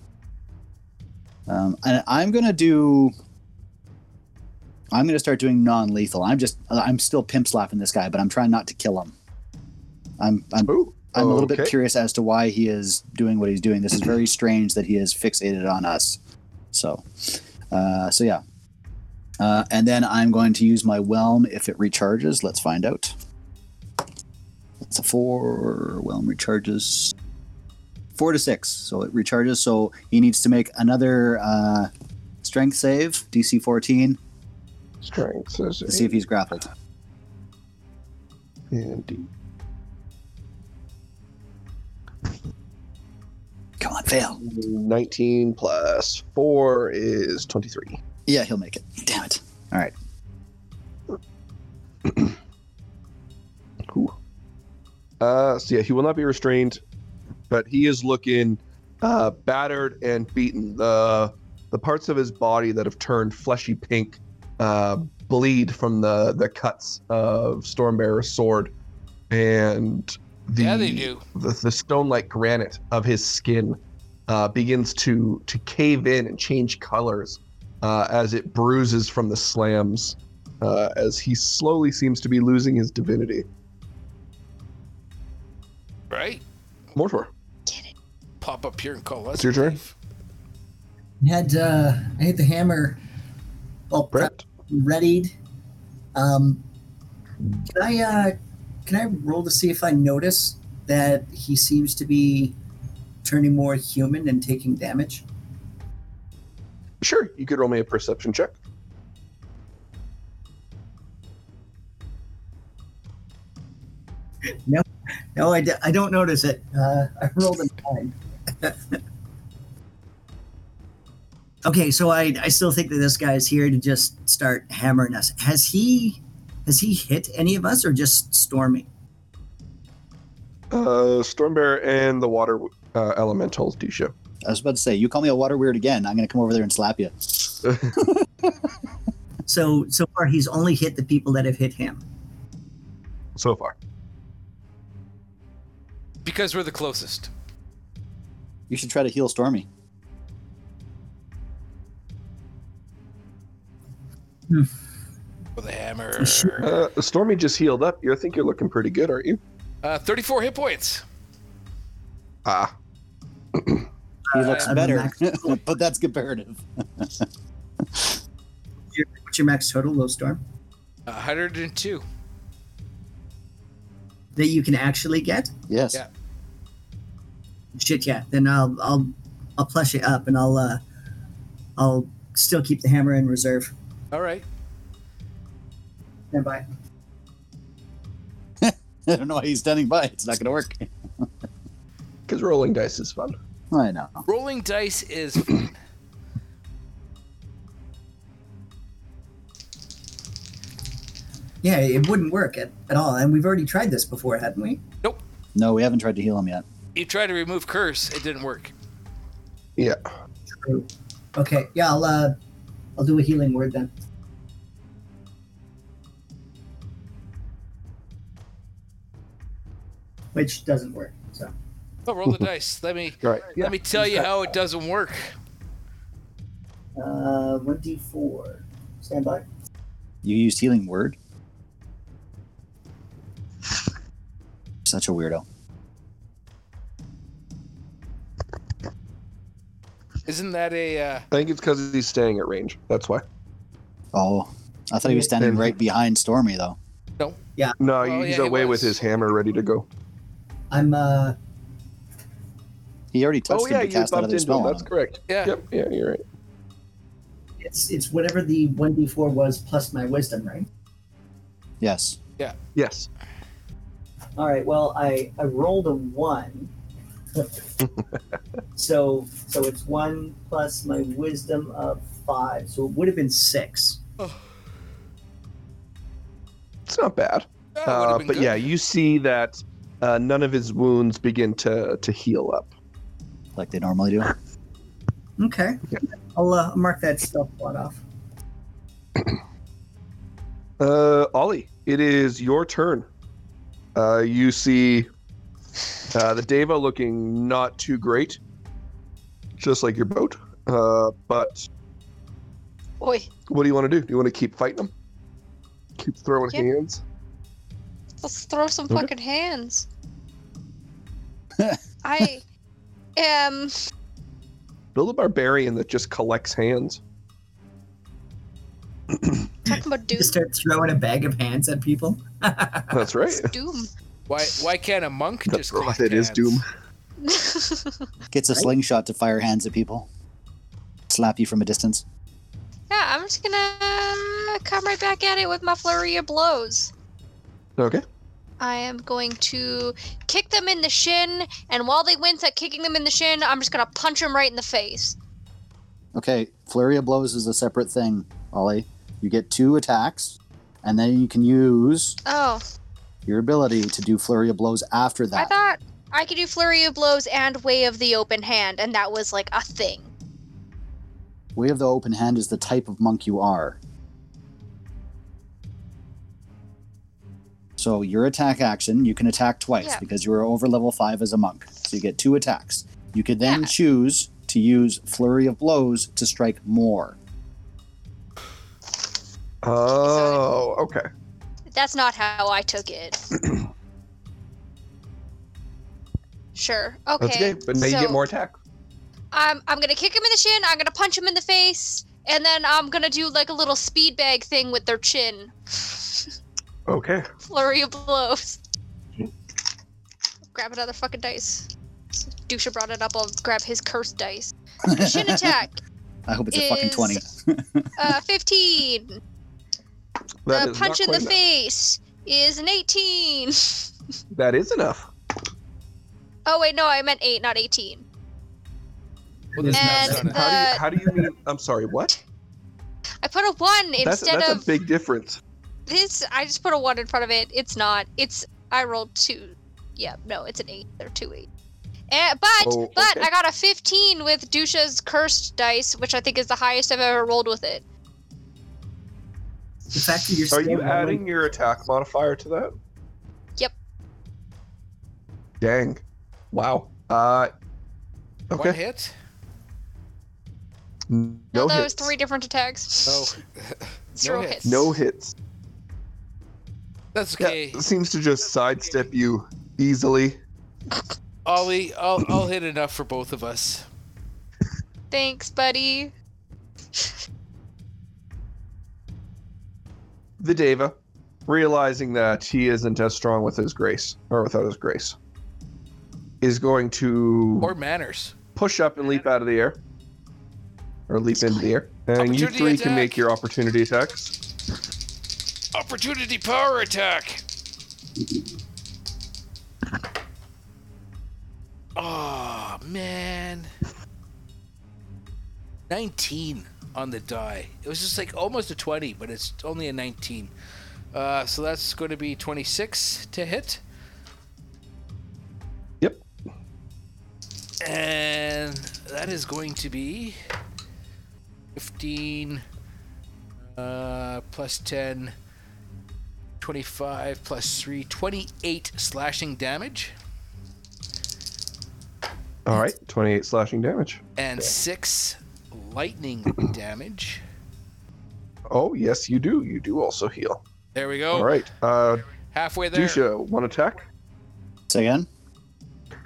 Speaker 4: Um, and I'm going to do. I'm going to start doing non lethal. I'm just. I'm still pimp slapping this guy, but I'm trying not to kill him. I'm, I'm
Speaker 3: Ooh.
Speaker 4: I'm a little bit
Speaker 3: okay.
Speaker 4: curious as to why he is doing what he's doing. This is very strange that he is fixated on us. So, uh, so yeah. Uh, and then I'm going to use my whelm if it recharges. Let's find out. It's a four. Whelm recharges four to six, so it recharges. So he needs to make another uh, strength save, DC 14,
Speaker 3: Strength says
Speaker 4: to see if he's grappled.
Speaker 3: Indeed.
Speaker 4: Come on, fail.
Speaker 3: 19 plus 4 is 23.
Speaker 4: Yeah, he'll make it. Damn it. All right.
Speaker 3: Ooh. Uh, so yeah, he will not be restrained, but he is looking uh, battered and beaten. The the parts of his body that have turned fleshy pink uh, bleed from the the cuts of Stormbearer's sword, and the
Speaker 2: yeah, they do.
Speaker 3: the, the stone-like granite of his skin uh, begins to to cave in and change colors uh, as it bruises from the slams uh, as he slowly seems to be losing his divinity.
Speaker 2: Right?
Speaker 3: Mortor.
Speaker 2: Pop up here and call us.
Speaker 3: It's your turn.
Speaker 2: Dave.
Speaker 5: I had uh, I had the hammer all prepped,
Speaker 3: Brett.
Speaker 5: and readied. Um, can I uh, can I roll to see if I notice that he seems to be turning more human and taking damage?
Speaker 3: Sure, you could roll me a perception check.
Speaker 5: No, I, d- I don't notice it. Uh, I rolled a nine. okay, so I, I still think that this guy is here to just start hammering us. Has he has he hit any of us or just storming?
Speaker 3: Uh, Stormbear and the water uh, elementals, Disha.
Speaker 4: I was about to say, you call me a water weird again. I'm going to come over there and slap you.
Speaker 5: So so far he's only hit the people that have hit him.
Speaker 3: So far.
Speaker 2: Because we're the closest.
Speaker 4: You should try to heal Stormy.
Speaker 2: With a hammer.
Speaker 3: Uh, Stormy just healed up. You think you're looking pretty good, aren't you?
Speaker 2: Uh, 34 hit points.
Speaker 3: Ah.
Speaker 4: He looks
Speaker 5: I'm
Speaker 4: better,
Speaker 5: max-
Speaker 4: but that's comparative.
Speaker 5: Your- What's your max total, low storm?
Speaker 2: 102.
Speaker 5: That you can actually get?
Speaker 4: Yes.
Speaker 2: Yeah.
Speaker 5: Shit, yeah. Then I'll I'll I'll plush it up and I'll uh I'll still keep the hammer in reserve.
Speaker 2: All right.
Speaker 5: Stand by.
Speaker 4: I don't know why he's standing by. It's not going to work.
Speaker 3: Because rolling dice is fun.
Speaker 4: I know.
Speaker 2: Rolling dice is.
Speaker 5: Yeah, it wouldn't work at, at all. And we've already tried this before, hadn't we?
Speaker 4: No, we haven't tried to heal him yet.
Speaker 2: You try to remove curse, it didn't work.
Speaker 3: Yeah.
Speaker 5: True. Okay, yeah, I'll uh, I'll do a healing word then. Which doesn't work. So
Speaker 2: Oh, roll the dice. Let me
Speaker 3: All right. Yeah.
Speaker 2: let me tell you how it doesn't work.
Speaker 5: uh, one d four. Stand by.
Speaker 4: You used healing word. Such a weirdo.
Speaker 2: Isn't that a? Uh,
Speaker 3: I think it's because he's staying at range. That's why.
Speaker 4: Oh, I thought he was standing
Speaker 3: Yeah.
Speaker 4: right behind Stormy, though.
Speaker 3: No,
Speaker 2: Oh,
Speaker 3: he's
Speaker 2: yeah, he
Speaker 3: away
Speaker 2: was.
Speaker 3: with his hammer ready to go.
Speaker 5: I'm uh
Speaker 4: He already
Speaker 3: Oh,
Speaker 4: touched him to cast that other spell on
Speaker 3: That's
Speaker 4: him.
Speaker 3: correct.
Speaker 2: yeah.
Speaker 3: Yep. Yeah, you're right.
Speaker 5: it's it's whatever the one d four was plus my wisdom, right?
Speaker 4: Yes.
Speaker 3: Yes.
Speaker 5: All right. Well, I I rolled a one,
Speaker 7: so so it's one plus my wisdom of five, so it would have been six.
Speaker 3: It's not bad.
Speaker 2: That Oh, would've
Speaker 3: Uh,
Speaker 2: been
Speaker 3: but
Speaker 2: good.
Speaker 3: yeah, you see that uh, none of his wounds begin to to heal up.
Speaker 4: like they normally do.
Speaker 7: Okay.
Speaker 3: Yeah.
Speaker 7: I'll uh, mark that stuff one off.
Speaker 3: Uh, Ollie, it is your turn. Uh, you see uh, the Deva looking not too great, just like your boat. Uh, but
Speaker 6: Oi,
Speaker 3: what do you want to do? Do you want to keep fighting them? Keep throwing
Speaker 6: Yeah.
Speaker 3: hands?
Speaker 6: let's throw some
Speaker 3: Okay.
Speaker 6: fucking hands. I am.
Speaker 3: Build a barbarian that just collects hands.
Speaker 6: Talking about doom.
Speaker 5: Just start throwing a bag of hands at people.
Speaker 3: That's right.
Speaker 6: Doom.
Speaker 2: Why? Why can't a monk just?
Speaker 3: Oh,
Speaker 2: collect
Speaker 3: that is
Speaker 2: hands?
Speaker 3: doom.
Speaker 4: Gets a slingshot to fire hands at people. Slap you from a distance.
Speaker 6: Yeah, I'm just gonna come right back at it with my flurry of blows.
Speaker 3: Okay.
Speaker 6: I am going to kick them in the shin, and while they wince at kicking them in the shin, I'm just gonna punch them right in the face.
Speaker 4: Okay, flurry of blows is a separate thing, Ollie. You get two attacks, and then you can use
Speaker 6: Oh,
Speaker 4: your ability to do flurry of blows after
Speaker 6: I
Speaker 4: that.
Speaker 6: thought I could do flurry of blows and way of the open hand, and that was like a thing.
Speaker 4: Way of the open hand is the type of monk you are. So your attack action, you can attack twice
Speaker 6: Yeah.
Speaker 4: because you are over level five as a monk. So you get two attacks. You could then
Speaker 6: Yeah.
Speaker 4: choose to use flurry of blows to strike more.
Speaker 3: Oh, okay.
Speaker 6: That's not how I took it. sure. Okay.
Speaker 3: That's okay. But now you
Speaker 6: so-
Speaker 3: get more attack.
Speaker 6: I'm I'm gonna kick him in the shin. I'm gonna punch him in the face, and then I'm gonna do like a little speed bag thing with their chin.
Speaker 3: Okay.
Speaker 6: Flurry of blows. grab another fucking dice. Since Dusha brought it up. I'll grab his cursed dice. Shin attack.
Speaker 4: I hope it's a fucking
Speaker 6: is-
Speaker 4: 20.
Speaker 6: Uh, 15.
Speaker 3: That
Speaker 6: the
Speaker 3: is not
Speaker 6: punch in the
Speaker 3: quite enough.
Speaker 6: face is an 18.
Speaker 3: That is enough.
Speaker 6: Oh wait, no, I meant eight, not 18.
Speaker 2: Well, that's not-
Speaker 6: And
Speaker 2: that's not
Speaker 6: the-
Speaker 2: it.
Speaker 6: Uh,
Speaker 3: how, do you, how do you mean? I'm sorry. What?
Speaker 6: I put a one
Speaker 3: That's,
Speaker 6: instead
Speaker 3: that's
Speaker 6: of
Speaker 3: a big difference.
Speaker 6: This I just put a one in front of it. It's not. It's I rolled two. Yeah, no, it's an eight. They're two eight. Eh, but
Speaker 3: Oh,
Speaker 6: but
Speaker 3: okay.
Speaker 6: I got a fifteen with Dusha's cursed dice, which I think is the highest I've ever rolled with it.
Speaker 5: The fact that you're
Speaker 3: Are
Speaker 5: still
Speaker 3: you
Speaker 5: rolling-
Speaker 3: adding your attack modifier to that?
Speaker 6: Yep.
Speaker 3: Dang. Wow. Uh.
Speaker 2: One
Speaker 3: Okay.
Speaker 2: hit.
Speaker 3: No,
Speaker 6: No, that
Speaker 3: hits.
Speaker 6: was three different attacks.
Speaker 2: No,
Speaker 6: Zero
Speaker 2: hits.
Speaker 6: hits.
Speaker 3: No hits.
Speaker 2: that's
Speaker 3: Yeah,
Speaker 2: okay.
Speaker 3: seems to just sidestep you easily.
Speaker 2: Ollie, I'll I'll hit enough for both of us.
Speaker 6: Thanks, buddy.
Speaker 3: The Deva, realizing that he isn't as strong with his grace or without his grace, is going to
Speaker 2: Or manners.
Speaker 3: push up and leap out of the air, or leap into the air, and you
Speaker 2: Opportunity
Speaker 3: three can
Speaker 2: attack.
Speaker 3: make your opportunity attacks.
Speaker 2: Opportunity power attack. Oh man. 19 on the die. It was just like almost a 20, but it's only a 19. Uh, so that's going to be 26 to hit.
Speaker 3: Yep.
Speaker 2: And that is going to be 15 uh, plus 10, 25 plus 3, 28 slashing damage
Speaker 3: All right, 28 slashing damage.
Speaker 2: and 6 lightning damage.
Speaker 3: Oh yes, you do. You do also heal.
Speaker 2: There we go.
Speaker 3: All right, uh,
Speaker 2: Halfway there.
Speaker 3: Dusha, one attack.
Speaker 4: Say again?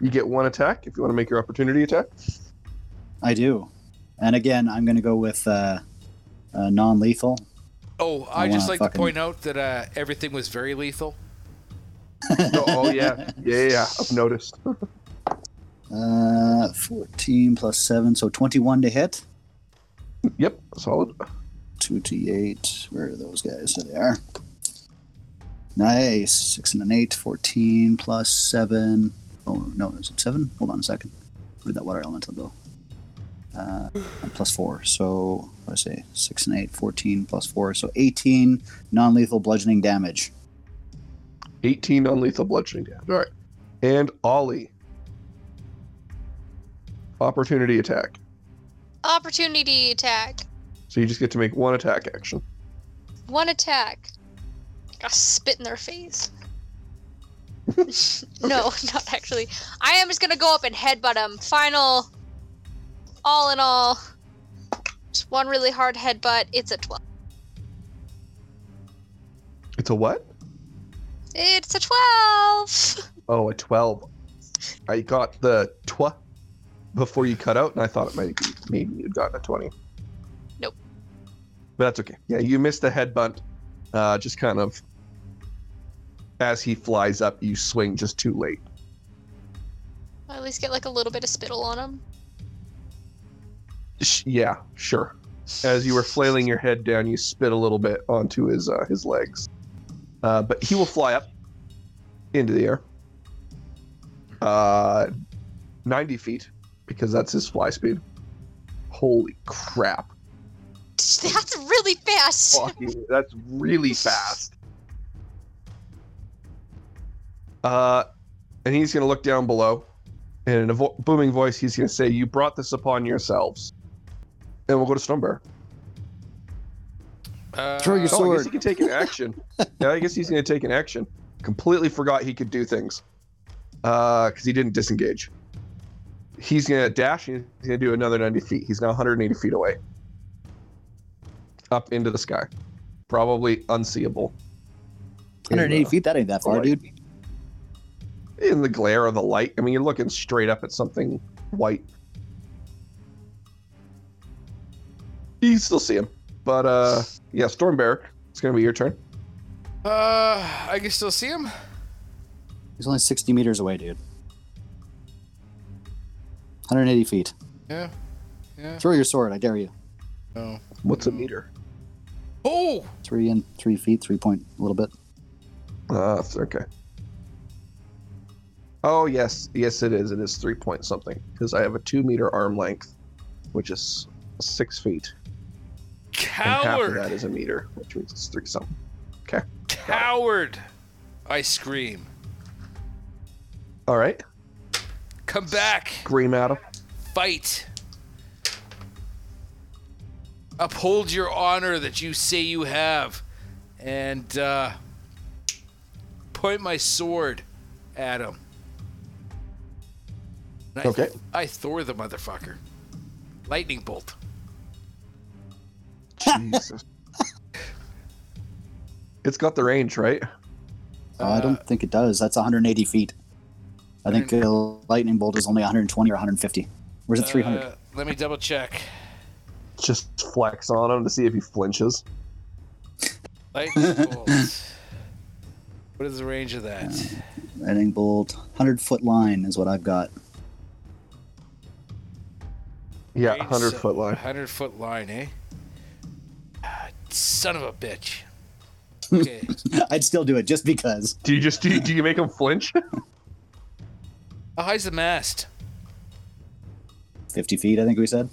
Speaker 3: You get one attack if you want to make your opportunity attack.
Speaker 4: I do. And again, I'm going to go with uh, uh, non lethal.
Speaker 2: Oh, I
Speaker 4: I
Speaker 2: just
Speaker 4: wanna
Speaker 2: like to
Speaker 4: fucking-
Speaker 2: point out that uh, everything was very lethal.
Speaker 3: oh, oh, yeah, yeah, yeah, yeah. I've noticed.
Speaker 4: Uh, 14 plus 7, so 21 to hit.
Speaker 3: Yep, solid.
Speaker 4: 2d8. Where are those guys? There they are. Nice. 6 and an 8. 14 plus 7. Oh no, is it seven? Hold on a second. Where did that water elemental go? Uh, and plus four. So what did I say? Six and eight, 14 plus four. So 18 non lethal bludgeoning damage.
Speaker 3: 18 on lethal bludgeoning damage. All right. And Ollie. Opportunity attack.
Speaker 6: Opportunity attack.
Speaker 3: So you just get to make one attack action.
Speaker 6: One attack. I spit in their face. no, not actually. I am just gonna go up and headbutt him. Final. All in all, just one really hard headbutt. It's a twelve.
Speaker 3: It's a what?
Speaker 6: It's a twelve.
Speaker 3: Oh, a 12. I got the twa before you cut out, and I thought it might be maybe you'd gotten a 20.
Speaker 6: Nope.
Speaker 3: But that's okay. Yeah, you missed the headbutt. Uh, just kind of as he flies up, you swing just too late.
Speaker 6: I at least get like a little bit of spittle on him.
Speaker 3: Sh- yeah, sure. As you were flailing your head down, you spit a little bit onto his uh, his legs. Uh, but he will fly up into the air. Uh, 90 feet, because that's his fly speed. Holy crap.
Speaker 6: That's really fast.
Speaker 3: Fucking- that's really fast. Uh, and he's going to look down below. And in a vo- booming voice, he's going to say, You brought this upon yourselves. And we'll go to Stonebear.
Speaker 2: Uh,
Speaker 4: Throw your
Speaker 3: Oh, I guess
Speaker 4: sword.
Speaker 3: he can take an action. yeah, I guess he's going to take an action. Completely forgot he could do things because he didn't disengage. He's going to dash. and He's going to do another 90 feet. He's now 180 feet away, up into the sky, probably unseeable. In the-
Speaker 4: 180 feet. That ain't that far, dude.
Speaker 3: in the glare of the light. I mean, you're looking straight up at something white. You still see him, but uh, yeah, Stormbear. It's going to be your turn.
Speaker 2: Uh, I can still see him.
Speaker 4: He's only 60 meters away, dude. 180 feet.
Speaker 2: Yeah. Yeah.
Speaker 4: Throw your sword. I dare you.
Speaker 2: Oh.
Speaker 3: What's a meter?
Speaker 2: Oh.
Speaker 4: Three and three feet, three point, a little bit.
Speaker 3: Ah, that's okay. Oh yes, yes it is. It is three point something because I have a two meter arm length, which is six feet, and half of
Speaker 2: Coward.
Speaker 3: that is a meter, which means it's three something.
Speaker 2: Coward! I scream.
Speaker 3: All right,
Speaker 2: Come back!
Speaker 3: Green Adam.
Speaker 2: Fight! Uphold your honor that you say you have, and uh, point my sword at him. And I,
Speaker 3: Okay.
Speaker 2: I Thor the motherfucker. Lightning bolt.
Speaker 3: Jesus. It's got the range, right?
Speaker 4: Oh, I
Speaker 2: Uh,
Speaker 4: don't think it does. That's 180 feet. I think a lightning bolt is only 120 or 150. Where's it 300?
Speaker 2: Uh, let me double check.
Speaker 3: Just flex on him to see if he flinches.
Speaker 2: Lightning bolt. What is the range of that?
Speaker 4: lightning bolt, 100 foot line is what I've got.
Speaker 3: Yeah,
Speaker 2: Right,
Speaker 3: hundred
Speaker 2: so-
Speaker 3: foot line.
Speaker 2: 100 foot line, eh? Ah, Son of a bitch. Okay.
Speaker 4: I'd still do it just because.
Speaker 3: Do you just do? You, do you make him flinch?
Speaker 2: How high's the mast?
Speaker 4: 50 feet, I think we said.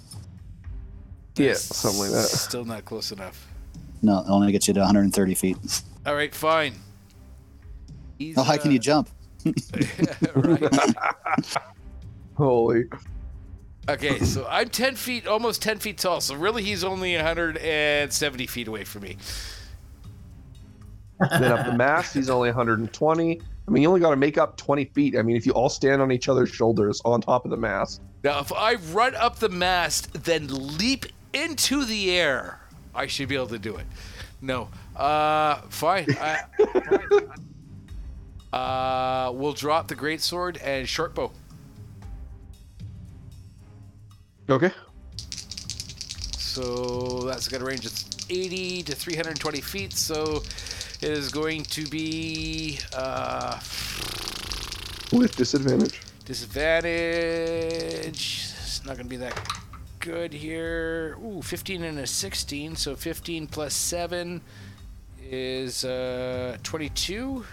Speaker 3: yeah,
Speaker 2: That's
Speaker 3: something like that.
Speaker 2: Still not close enough.
Speaker 4: No, it only gets you to 130 feet.
Speaker 2: All right, fine. He's,
Speaker 4: How high can
Speaker 2: uh,
Speaker 4: you jump?
Speaker 2: right.
Speaker 3: Holy.
Speaker 2: uh, Okay, so I'm 10 feet, almost 10 feet tall, so really he's only 170 feet away from me.
Speaker 3: then up the mass, he's only 120. I mean, you only got to make up 20 feet. I mean, if you all stand on each other's shoulders on top of the mast,
Speaker 2: Now, if I run up the mast, then leap into the air, I should be able to do it. No. Uh, fine. I, uh, we'll drop the greatsword and short bow.
Speaker 3: okay,
Speaker 2: So that's got a range of 80 to 320 feet. So it is going to be uh,
Speaker 3: with disadvantage.
Speaker 2: disadvantage. It's not going to be that good here. Ooh, 15 and a 16. So 15 plus 7 is uh, 22.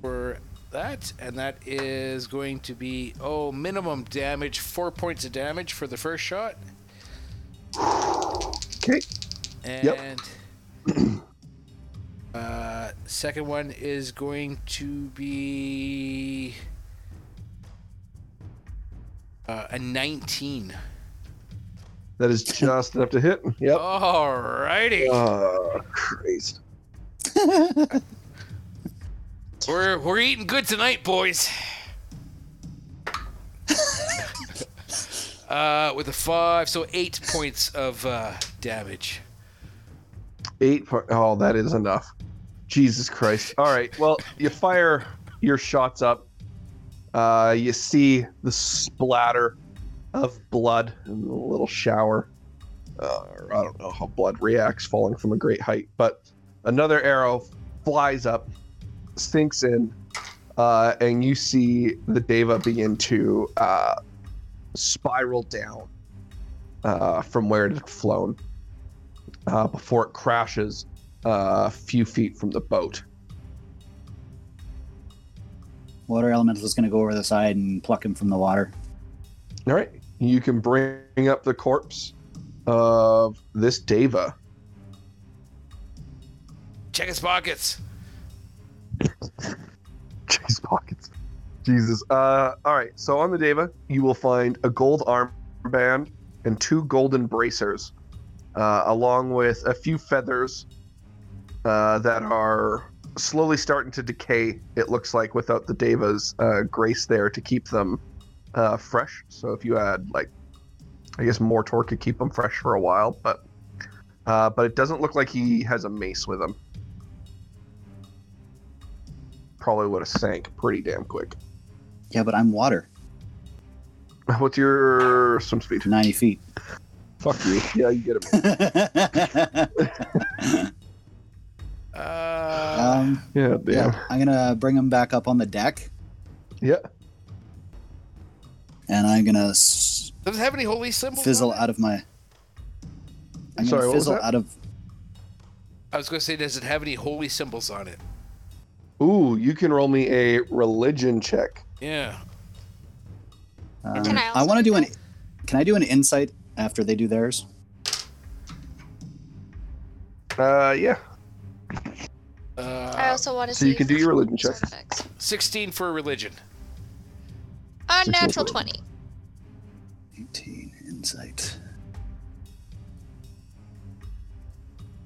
Speaker 2: for that, and that is going to be oh minimum damage, four points of damage for the first shot.
Speaker 3: Okay.
Speaker 2: And uh, second one is going to be uh, a 19.
Speaker 3: That is just enough to hit. Yep.
Speaker 2: Alrighty.
Speaker 3: Oh, Christ.
Speaker 2: We're we're eating good tonight, boys. uh, with a five, so eight points of uh, damage.
Speaker 3: Eight. Part- oh, that is enough. Jesus Christ. All right. Well, you fire your shots up. Uh, you see the splatter of blood and a little shower. Uh, I don't know how blood reacts falling from a great height, but another arrow flies up, sinks in, uh, and you see the Deva begin to uh, spiral down uh, from where it had flown uh, before it crashes uh, a few feet from the boat.
Speaker 4: Water elemental is going to go over the side and pluck him from the water.
Speaker 3: All right, you can bring up the corpse of this Deva.
Speaker 2: Check his pockets.
Speaker 3: Jeez, pockets. Jesus. Uh, all right, so on the Deva, you will find a gold armband and two golden bracers, uh, along with a few feathers uh, that are slowly starting to decay, it looks like, without the Deva's uh, grace there to keep them uh, fresh. So if you add, like, I guess Mortor could keep them fresh for a while, but. Uh, but it doesn't look like he has a mace with him. Probably would have sank pretty damn quick.
Speaker 4: Yeah, but I'm water,
Speaker 3: What's your swim speed?
Speaker 4: 90 feet.
Speaker 3: Fuck you. Yeah, you get him.
Speaker 2: Uh,
Speaker 4: um,
Speaker 3: Yeah, damn.
Speaker 4: yeah, I'm going to bring him back up on the deck
Speaker 3: Yeah.
Speaker 4: and I'm going to s-
Speaker 2: does it have any holy symbols?
Speaker 4: fizzle
Speaker 2: on it?
Speaker 4: out of my. I'm
Speaker 3: Sorry,
Speaker 4: going
Speaker 3: what
Speaker 4: to
Speaker 3: was
Speaker 4: fizzle
Speaker 3: that?
Speaker 4: out of.
Speaker 2: I was gonna say, does it have any holy symbols on it?
Speaker 3: Ooh, you can roll me a religion check.
Speaker 2: Yeah.
Speaker 4: Um,
Speaker 6: Can I
Speaker 4: I,
Speaker 6: also
Speaker 4: want to
Speaker 6: do
Speaker 4: do an. Can I do an insight after they do theirs?
Speaker 3: Uh, yeah.
Speaker 6: I
Speaker 2: Uh,
Speaker 6: also want to
Speaker 3: so
Speaker 6: see
Speaker 3: you can
Speaker 6: if
Speaker 3: do your
Speaker 6: it's
Speaker 3: religion check.
Speaker 6: artifacts.
Speaker 2: 16 for religion.
Speaker 6: A
Speaker 3: Sixteen
Speaker 6: natural
Speaker 3: for-
Speaker 6: 20.
Speaker 4: 18 insight.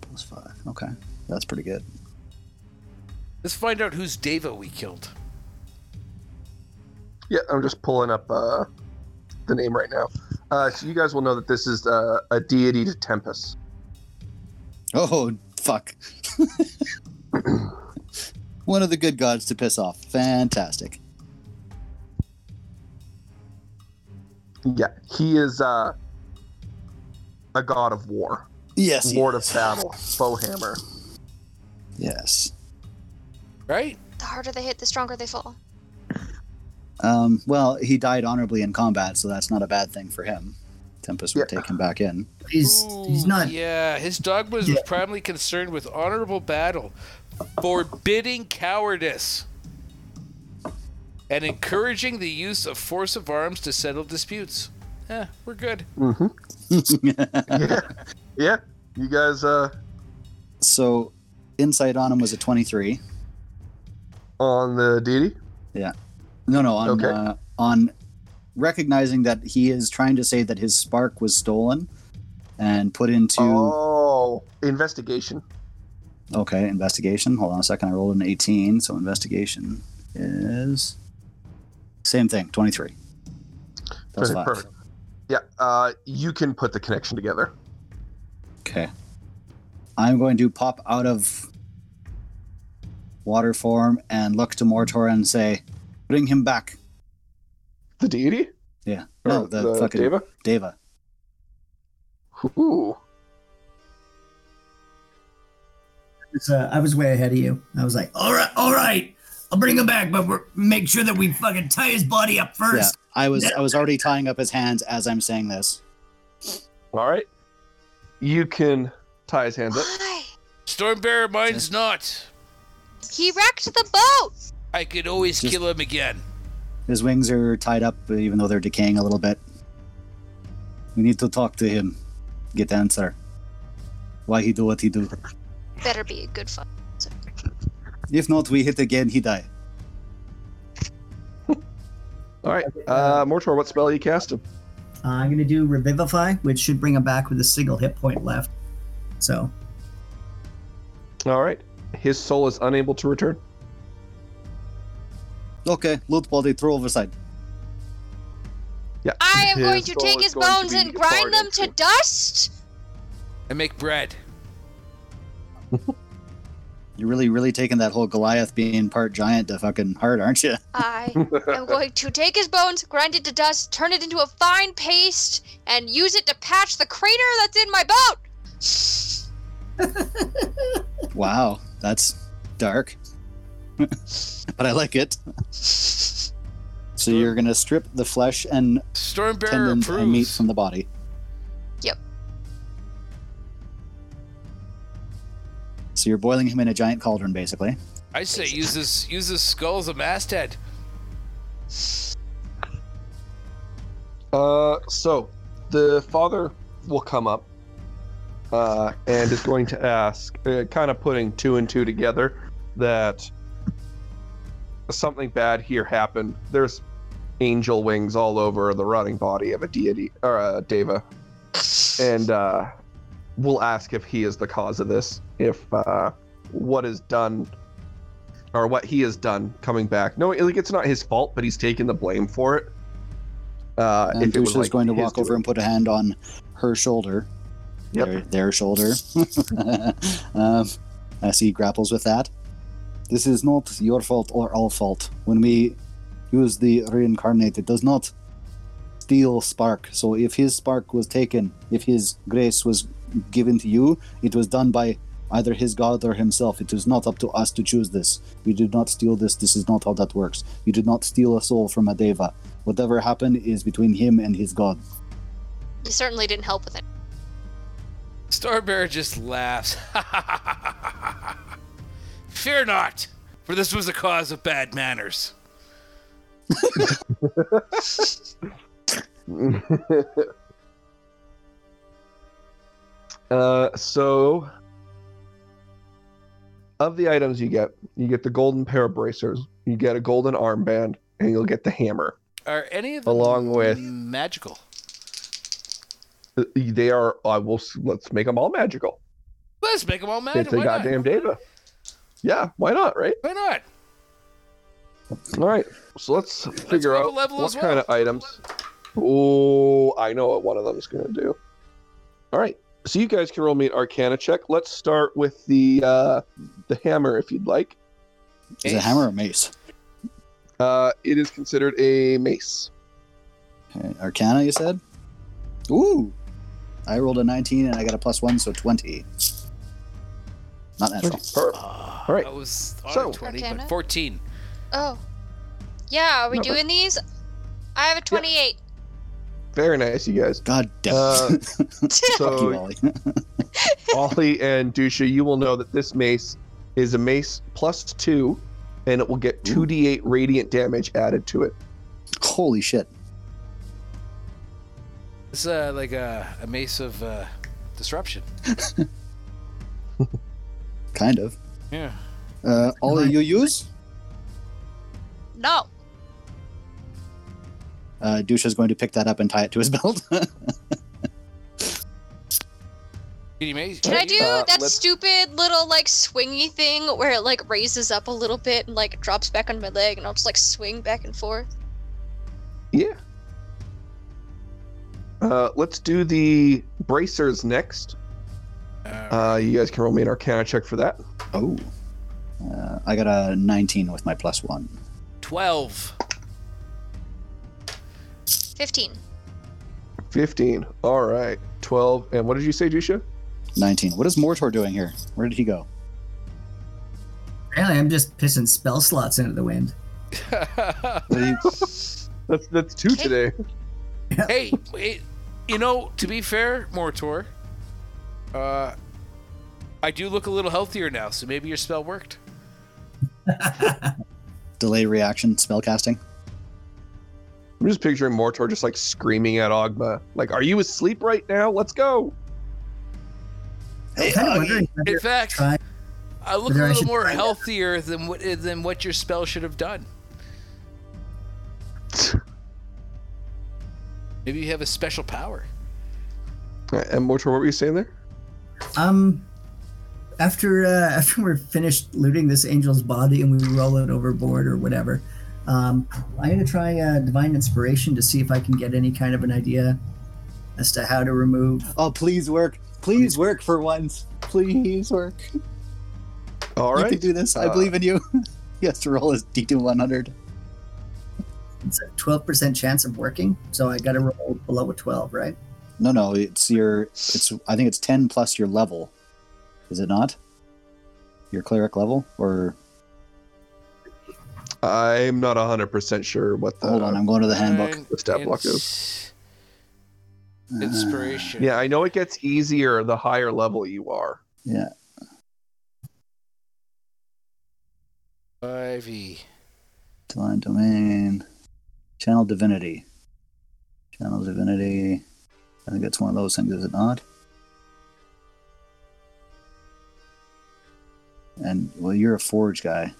Speaker 4: Plus 5. Okay. That's pretty good.
Speaker 2: Let's find out whose Deva we killed.
Speaker 3: Yeah, I'm just pulling up uh, the name right now. Uh, so you guys will know that this is uh, a deity to Tempest.
Speaker 4: Oh, fuck. One of the good gods to piss off. Fantastic.
Speaker 3: Yeah, he is uh, a god of war,
Speaker 4: Yes.
Speaker 3: lord of battle, bowhammer.
Speaker 4: Yes.
Speaker 2: Right?
Speaker 6: The harder they hit, the stronger they fall.
Speaker 4: Um, well, he died honorably in combat, so that's not a bad thing for him. Tempest would
Speaker 3: Yeah.
Speaker 4: take him back in.
Speaker 5: He's he's
Speaker 2: Ooh,
Speaker 5: not.
Speaker 2: Yeah, his dogma was
Speaker 5: Yeah.
Speaker 2: primarily concerned with honorable battle, forbidding cowardice, and encouraging the use of force of arms to settle disputes. Yeah, we're good.
Speaker 3: Mm-hmm. yeah. yeah, you guys uh,
Speaker 4: so, insight on him was a 23.
Speaker 3: on the deity?
Speaker 4: No, no, on
Speaker 3: Okay.
Speaker 4: uh, on recognizing that he is trying to say that his spark was stolen and put into
Speaker 3: Oh, investigation.
Speaker 4: okay investigation. Hold on a second. I rolled an eighteen, so investigation is same thing. Twenty three. That's
Speaker 3: Okay,
Speaker 4: five.
Speaker 3: perfect. Yeah, uh, you can put the connection together.
Speaker 4: Okay. I'm going to pop out of water form and look to Mortor and say, "Bring him back."
Speaker 3: The deity?
Speaker 4: Yeah. No,
Speaker 3: Or
Speaker 4: the, fucking
Speaker 3: Oh, Deva?
Speaker 4: Deva.
Speaker 3: Ooh.
Speaker 5: It's, uh, I was way ahead of you. I was like, all right, all right, I'll bring him back, but we're make sure that we fucking tie his body up
Speaker 4: Yeah.
Speaker 5: first.
Speaker 4: I was I was already tying up his hands as I'm saying this.
Speaker 3: All right. You can tie his hands up.
Speaker 6: Why?
Speaker 2: Stormbearer, mine's not.
Speaker 6: He wrecked the boat!
Speaker 2: I could always
Speaker 4: Just-
Speaker 2: kill him again.
Speaker 4: His wings are tied up, uh, even though they're decaying a little bit. We need to talk to him, get answer. Why he do what he do?
Speaker 6: Better be a good fight.
Speaker 4: If not, we hit again, he die.
Speaker 3: All right, uh, Mortor, what spell are you casting?
Speaker 5: Uh, I'm going to do Revivify, which should bring him back with a single hit point left. So,
Speaker 3: All right, his soul is unable to return.
Speaker 4: Okay, loot body, throw overside.
Speaker 3: Yeah,
Speaker 6: I am going
Speaker 3: his
Speaker 6: to
Speaker 3: soul
Speaker 6: take
Speaker 3: is
Speaker 6: his
Speaker 3: going to
Speaker 6: bones
Speaker 3: be
Speaker 6: and grind them
Speaker 3: discarded.
Speaker 6: to dust.
Speaker 2: And make bread.
Speaker 4: You're really, really taking that whole Goliath being part giant to fucking heart, aren't you?
Speaker 6: I am going to take his bones, grind it to dust, turn it into a fine paste, and use it to patch the crater that's in my boat.
Speaker 4: Wow, that's dark. but I like it. So you're gonna strip the flesh and
Speaker 2: Stormbearer
Speaker 4: tendons and meat
Speaker 2: approves.
Speaker 4: from the body.
Speaker 6: Yep.
Speaker 4: So you're boiling him in a giant cauldron, basically.
Speaker 2: I say use this use this skull as a masthead.
Speaker 3: Uh, so the father will come up uh, and is going to ask, uh, kind of putting two and two together, that something bad here happened. There's angel wings all over the rotting body of a deity or a deva, and uh, we'll ask if he is the cause of this, if uh, what is done. Or what he has done coming back. No, like it's not his fault, but he's taking the blame for it. Uh,
Speaker 4: And
Speaker 3: if it was
Speaker 4: Dusha's
Speaker 3: like
Speaker 4: going to
Speaker 3: his
Speaker 4: walk
Speaker 3: doing.
Speaker 4: over and put a hand on her shoulder,
Speaker 3: Yep.
Speaker 4: their, their shoulder, um, as he grapples with that. This is not your fault or our fault. When we use the reincarnate, it does not steal spark. So if his spark was taken, if his grace was given to you, it was done by either his god or himself. It is not up to us to choose this. We did not steal this. This is not how that works. You did not steal a soul from a deva. Whatever happened is between him and his god.
Speaker 6: You certainly didn't help with it.
Speaker 2: Starbearer just laughs. Fear not, for this was the cause of bad manners.
Speaker 3: uh, so, of the items you get, you get the golden pair of bracers, you get a golden armband, and you'll get the hammer.
Speaker 2: Are any of them
Speaker 3: Along with-
Speaker 2: magical?
Speaker 3: Uh, They are. I will. s- Let's make them all magical.
Speaker 2: Let's make them all magic.
Speaker 3: it's a
Speaker 2: Why not?
Speaker 3: goddamn data. Yeah, why not? Right.
Speaker 2: Why not?
Speaker 3: All right. So let's figure
Speaker 2: roll
Speaker 3: out
Speaker 2: a level
Speaker 3: what
Speaker 2: as well.
Speaker 3: kind of items. Oh, I know what one of them is going to do. All right. So you guys can roll me an Arcana check. Let's start with the uh, the hammer, if you'd like.
Speaker 4: Is it
Speaker 2: Ace.
Speaker 4: hammer or mace?
Speaker 3: Uh, it is considered a mace.
Speaker 4: Uh, Arcana, you said? Ooh! I rolled a 19 and I got a plus one, so 20. Not natural.
Speaker 3: Per-
Speaker 2: All
Speaker 3: right.
Speaker 2: I was on
Speaker 3: So-
Speaker 2: a 20,
Speaker 6: Arcana?
Speaker 2: but 14.
Speaker 6: Oh. Yeah, are we
Speaker 3: No, but-
Speaker 6: doing these? I have a 28.
Speaker 3: Very nice, you guys.
Speaker 4: God damn
Speaker 3: Uh,
Speaker 4: it. Fuck you,
Speaker 3: So,
Speaker 4: Ollie.
Speaker 3: Ollie and Dusha, you will know that this mace is a mace plus two, and it will get 2d8 radiant damage added to it.
Speaker 4: Holy shit.
Speaker 2: It's uh, like a, a mace of uh, disruption.
Speaker 4: Kind of.
Speaker 2: Yeah.
Speaker 4: Uh, Ollie, you use?
Speaker 6: No.
Speaker 4: Uh, Dusha's going to pick that up and tie it to his belt.
Speaker 2: Can you make?
Speaker 6: Can I do
Speaker 3: Uh,
Speaker 6: that
Speaker 3: let's-
Speaker 6: stupid little like swingy thing where it like raises up a little bit and like drops back on my leg and I'll just like swing back and forth?
Speaker 3: Yeah. Uh, let's do the bracers next.
Speaker 2: Uh,
Speaker 3: Uh, you guys can roll me an arcana check for that.
Speaker 4: oh. Uh, I got a 19 with my plus one.
Speaker 2: 12.
Speaker 6: 15.
Speaker 3: 15. All right. 12. And what did you say, Dusha?
Speaker 4: 19. What is Mortor doing here? Where did he go?
Speaker 5: apparently, I'm just pissing spell slots into the wind.
Speaker 4: What did he-
Speaker 3: That's that's two
Speaker 6: Okay.
Speaker 3: today.
Speaker 2: hey, it, you know, to be fair, Mortor, uh, I do look a little healthier now, so maybe your spell worked.
Speaker 4: delay reaction spell casting.
Speaker 3: I'm just picturing Mortor just like screaming at Ogma, like, "Are you asleep right now? Let's go!"
Speaker 5: I'm
Speaker 2: Hey,
Speaker 5: kind of
Speaker 2: Augie,
Speaker 5: wondering. whether-
Speaker 2: in fact,
Speaker 5: try-
Speaker 2: I look a
Speaker 5: whether I
Speaker 2: little
Speaker 5: should
Speaker 2: more
Speaker 5: try that.
Speaker 2: healthier than what than what your spell should have done. Maybe you have a special power.
Speaker 3: Uh, And Mortor, what were you saying there?
Speaker 5: Um, after uh, after we're finished looting this angel's body and we roll it overboard or whatever, um, I'm gonna try uh, divine inspiration to see if I can get any kind of an idea as to how to remove.
Speaker 4: Oh, please work. Please work for once. Please work.
Speaker 3: All
Speaker 4: you can
Speaker 3: right,
Speaker 4: do this. I
Speaker 3: Uh,
Speaker 4: believe in you. he has to roll his D2 100.
Speaker 5: It's a 12% chance of working, so I gotta roll below a 12, right?
Speaker 4: No, no, it's your. It's. I think it's 10 plus your level. Is it not? Your cleric level? Or.
Speaker 3: I'm not 100 percent sure what the
Speaker 4: Hold on, I'm going to the handbook.
Speaker 3: the stat block is.
Speaker 2: It's
Speaker 4: Uh,
Speaker 2: Inspiration.
Speaker 3: Yeah, I know it gets easier the higher level you are.
Speaker 4: Yeah.
Speaker 2: 5e.
Speaker 4: Divine Domain. Channel Divinity. Channel Divinity. I think that's one of those things, is it not? And, well, you're a Forge guy.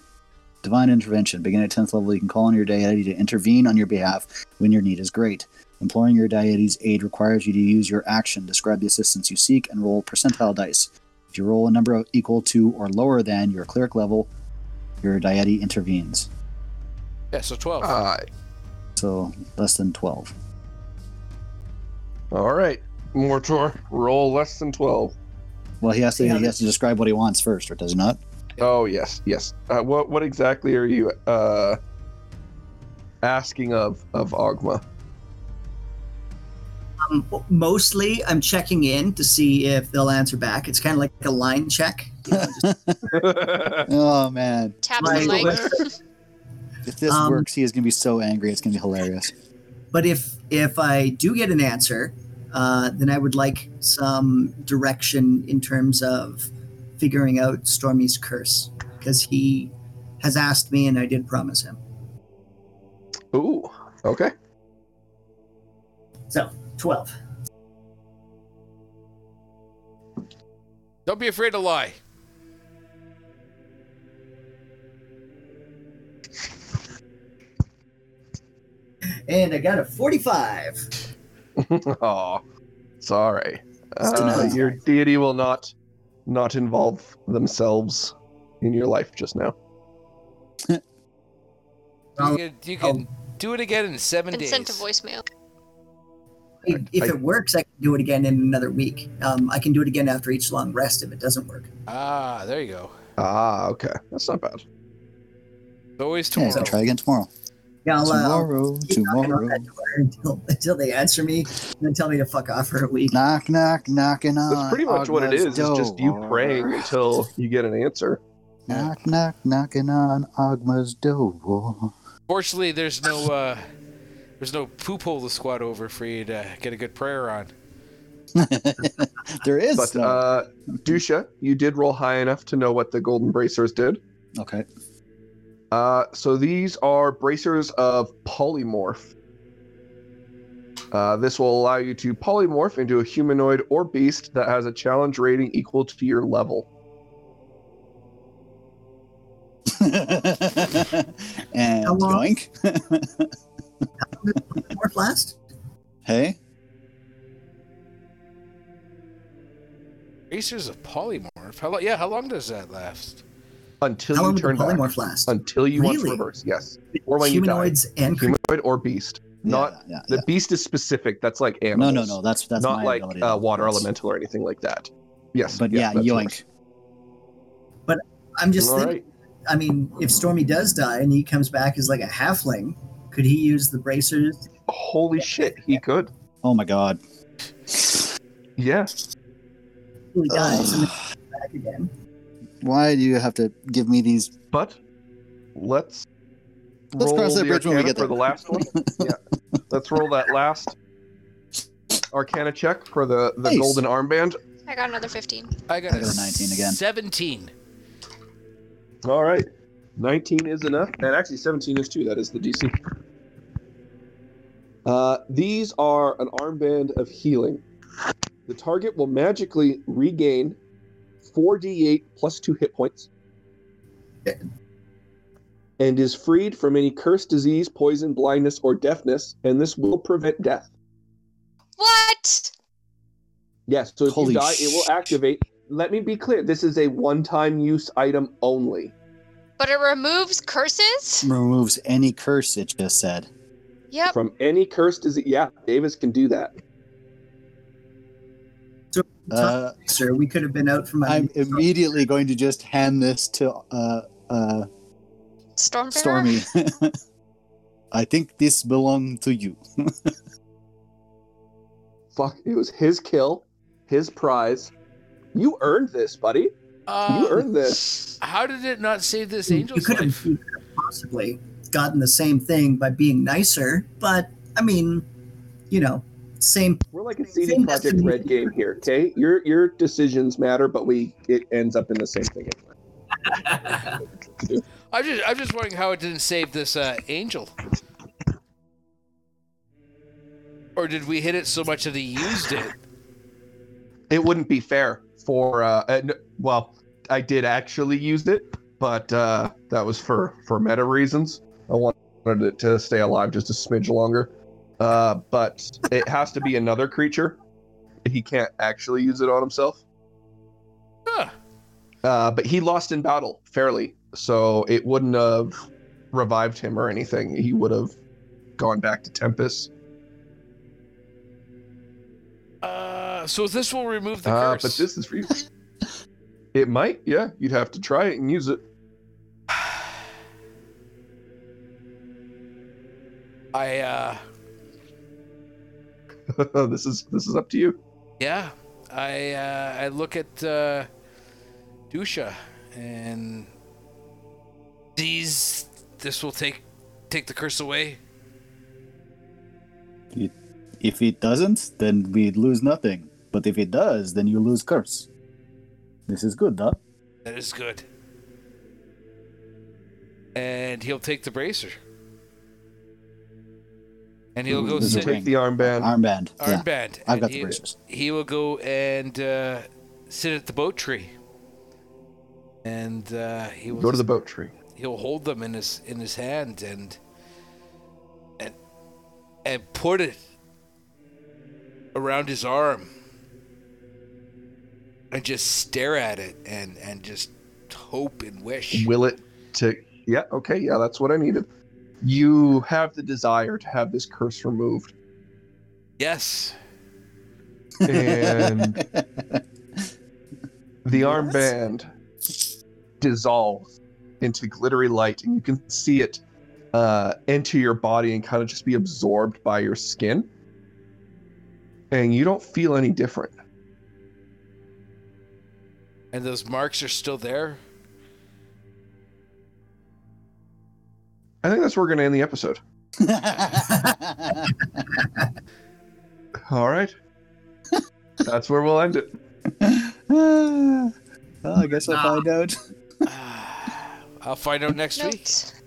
Speaker 4: Divine Intervention. Begin at 10th level, you can call on your deity to intervene on your behalf when your need is great. Imploring your deity's aid requires you to use your action, describe the assistance you seek, and roll percentile dice. If you roll a number equal to or lower than your cleric level, your deity intervenes.
Speaker 2: Yeah, so 12.
Speaker 3: Uh,
Speaker 4: So less than 12.
Speaker 3: all right, Mortor, roll less than 12.
Speaker 4: Well, he has to
Speaker 5: Yeah,
Speaker 4: he has to describe what he wants first, or does he not?
Speaker 3: Oh yes, yes. Uh, what what exactly are you uh, asking of of Ogma?
Speaker 5: Um, mostly, I'm checking in to see if they'll answer back. It's kind of like a line check.
Speaker 4: Oh man,
Speaker 6: Tap
Speaker 5: Right.
Speaker 6: the mic.
Speaker 4: if this
Speaker 5: Um,
Speaker 4: works, he is gonna be so angry. It's gonna be hilarious.
Speaker 5: But if if I do get an answer, uh, then I would like some direction in terms of figuring out Stormy's curse because he has asked me, and I did promise him.
Speaker 3: Ooh, okay.
Speaker 5: So twelve.
Speaker 2: Don't be afraid to lie.
Speaker 5: And I got a 45.
Speaker 3: Aw, sorry.
Speaker 4: It's
Speaker 3: Uh,
Speaker 4: denied.
Speaker 3: your deity will not not involve themselves in your life just now.
Speaker 5: I'll-
Speaker 4: Oh.
Speaker 2: You can, you can do it again in seven
Speaker 6: And
Speaker 2: days.
Speaker 6: sent a voicemail.
Speaker 5: If, if
Speaker 3: I-
Speaker 5: it works, I can do it again in another week. Um, I can do it again after each long rest if it doesn't work.
Speaker 2: Ah, there you go.
Speaker 3: Ah, okay. That's not bad.
Speaker 2: It's always
Speaker 4: Yeah,
Speaker 2: tomorrow.
Speaker 4: he's gonna try again tomorrow.
Speaker 5: Yeah, I'll, uh, I'll
Speaker 4: Tomorrow,
Speaker 5: keep knocking on
Speaker 4: tomorrow.
Speaker 5: that door until, until they answer me and then tell me to fuck off for a week.
Speaker 4: Knock, knock, knocking on.
Speaker 3: That's pretty much what it
Speaker 4: Ogma's
Speaker 3: is. It's just you
Speaker 4: Uh, door.
Speaker 3: praying until you get an answer.
Speaker 4: Knock, knock, knocking on Ogma's door.
Speaker 2: Fortunately, there's no uh, there's no poop hole to squat over for you to get a good prayer on.
Speaker 4: there is.
Speaker 3: But
Speaker 4: though.
Speaker 3: uh, Dusha, you did roll high enough to know what the golden bracers did.
Speaker 4: okay.
Speaker 3: Uh, so these are bracers of polymorph. Uh, this will allow you to polymorph into a humanoid or beast that has a challenge rating equal to your level.
Speaker 4: and
Speaker 5: How long?
Speaker 4: yoink.
Speaker 5: Morph last?
Speaker 4: Hey.
Speaker 2: Racers of polymorph. How long? Yeah, how long does that last?
Speaker 3: Until
Speaker 5: How long
Speaker 3: you
Speaker 5: would the
Speaker 3: turn back.
Speaker 5: polymorph last?
Speaker 3: Until you want to
Speaker 5: Really?
Speaker 3: reverse. Yes. Or when you die.
Speaker 5: Humanoids and creatures.
Speaker 3: Humanoid or beast. Not
Speaker 4: Yeah, yeah,
Speaker 3: the
Speaker 4: yeah.
Speaker 3: beast is specific. That's like
Speaker 4: No,
Speaker 3: animals.
Speaker 4: no, no. That's that's
Speaker 3: Not
Speaker 4: my
Speaker 3: like
Speaker 4: ability.
Speaker 3: uh, water
Speaker 4: That's-
Speaker 3: elemental or anything like that. Yes.
Speaker 4: But
Speaker 3: yes,
Speaker 4: yeah,
Speaker 3: that's
Speaker 4: yoink.
Speaker 3: yours.
Speaker 5: I'm just
Speaker 3: All
Speaker 5: thinking,
Speaker 3: right.
Speaker 5: I mean, if Stormy does die and he comes back as like a halfling, could he use the bracers?
Speaker 3: Holy shit, he could.
Speaker 4: Oh my god.
Speaker 3: Yeah.
Speaker 5: He dies and then comes back again.
Speaker 4: Why do you have to give me these?
Speaker 3: But let's
Speaker 4: Let's
Speaker 3: roll
Speaker 4: cross that
Speaker 3: the
Speaker 4: bridge when we
Speaker 3: arcana
Speaker 4: get there.
Speaker 3: for the last one. yeah, let's roll that last arcana check for the the
Speaker 4: Nice.
Speaker 3: golden armband.
Speaker 6: I got another 15.
Speaker 2: I got,
Speaker 4: I got a 19 again.
Speaker 2: Seventeen.
Speaker 3: All right, 19 is enough, and actually 17 is too. That is the DC. Uh, these are an armband of healing. The target will magically regain 4d8 plus 2 hit points and is freed from any curse, disease, poison, blindness, or deafness, and this will prevent death.
Speaker 6: What?
Speaker 3: Yes, so if
Speaker 4: Holy
Speaker 3: you die, it
Speaker 4: shit.
Speaker 3: will activate. Let me be clear this is a one time use item only.
Speaker 6: But it removes curses?
Speaker 4: Removes any curse it just said.
Speaker 6: Yep.
Speaker 3: From any curse disease. Yeah, Davis can do that.
Speaker 4: Uh,
Speaker 5: Sir, we could have been out from.
Speaker 4: I'm immediately going to just hand this to uh, uh,
Speaker 6: Stormbearer?
Speaker 4: Stormy. I think this belongs to you.
Speaker 3: Fuck, it was his kill, his prize. You earned this, buddy. You
Speaker 2: Uh,
Speaker 3: earned this.
Speaker 2: how did it not save this
Speaker 5: You
Speaker 2: angel's
Speaker 5: could have
Speaker 2: life?
Speaker 5: you could have possibly gotten the same thing by being nicer, but I mean, you know, same.
Speaker 3: We're like a CD Project Red game here, okay? Your your decisions matter, but we it ends up in the same thing.
Speaker 2: I'm just, I'm just wondering how it didn't save this uh, angel. Or did we hit it so much that he used it?
Speaker 3: It wouldn't be fair for uh, and, well, I did actually use it, but uh, that was for for meta reasons. I wanted it to stay alive just a smidge longer. Uh, but it has to be another creature. He can't actually use it on himself.
Speaker 2: Huh.
Speaker 3: Uh, but he lost in battle fairly, so it wouldn't have revived him or anything. He would have gone back to Tempest.
Speaker 2: Uh, so this will remove the
Speaker 3: Uh,
Speaker 2: curse.
Speaker 3: but this is for you. it might, yeah. You'd have to try it and use it.
Speaker 2: I, uh,
Speaker 3: this is this is up to you.
Speaker 2: yeah, I, uh, I look at uh, Dusha, and these, this will take, take the curse away.
Speaker 4: If it doesn't, then we lose nothing. But if it does, then you lose curse. This is good, huh?
Speaker 2: That is good. And he'll take the bracer. And he'll go
Speaker 4: Ooh, there's a
Speaker 2: sit
Speaker 4: ring.
Speaker 3: Take the Um, armband.
Speaker 4: Armband. yeah.
Speaker 2: armband.
Speaker 4: I've
Speaker 2: and
Speaker 4: got the
Speaker 2: he,
Speaker 4: bracers.
Speaker 2: he will go and uh, sit at the boat tree. And uh, he will
Speaker 3: Go to the
Speaker 2: just-
Speaker 3: boat tree.
Speaker 2: he'll hold them in his in his hand and and and put it around his arm and just stare at it and and just hope and wish.
Speaker 3: Will it to? Yeah. Okay. Yeah. That's what I needed. You have the desire to have this curse removed,
Speaker 2: Yes.
Speaker 3: and The armband dissolves into glittery light, and you can see it uh, enter your body and kind of just be absorbed by your skin. And you don't feel any different.
Speaker 2: And those marks are still there.
Speaker 3: I think that's where we're going to end the episode. All right. that's where we'll end it.
Speaker 4: well, Ah, I guess I'll find out.
Speaker 2: I'll find out next week.
Speaker 6: Notes.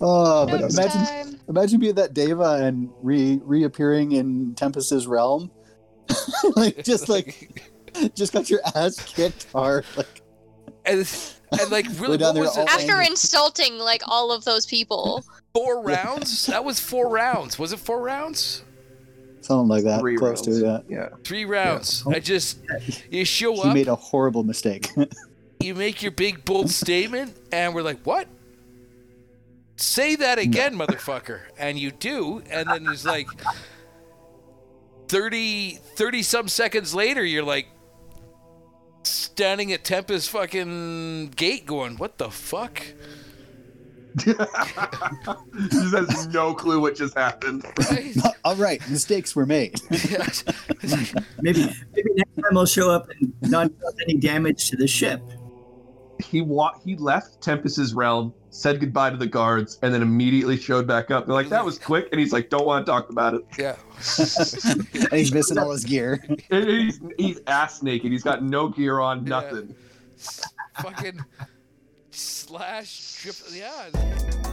Speaker 4: Oh, but
Speaker 6: Notes
Speaker 4: imagine
Speaker 6: time.
Speaker 4: Imagine being that Deva and re reappearing in Tempest's realm. like just like just got your ass kicked hard. Like
Speaker 2: and, and like really
Speaker 4: down
Speaker 2: what
Speaker 4: there
Speaker 2: was
Speaker 4: all-
Speaker 2: it?
Speaker 6: After insulting like all of those people.
Speaker 2: Four rounds? That was four rounds. Was it four rounds?
Speaker 4: something like that.
Speaker 3: Three
Speaker 4: Close
Speaker 3: rounds.
Speaker 4: to that.
Speaker 3: Yeah.
Speaker 2: Three rounds.
Speaker 5: Oh.
Speaker 2: I just you show
Speaker 4: He
Speaker 2: up,
Speaker 4: made a horrible mistake.
Speaker 2: you make your big bold statement, and we're like, what? Say that again, motherfucker. And you do, and then it's like 30 30 some seconds later, you're like standing at Tempest fucking gate going, What the fuck?
Speaker 3: he has no clue what just happened.
Speaker 2: Right?
Speaker 4: All right, mistakes were made.
Speaker 5: Maybe maybe next time I'll show up and not cause any damage to the ship.
Speaker 3: He wa- he left Tempest's realm, said goodbye to the guards, and then immediately showed back up. They're like, "That was quick," and he's like, "Don't want to talk about it."
Speaker 2: yeah.
Speaker 4: And he's missing all his gear.
Speaker 3: And he's, he's ass naked. He's got no gear on,
Speaker 2: Yeah.
Speaker 3: nothing.
Speaker 2: fucking slash trip. Yeah.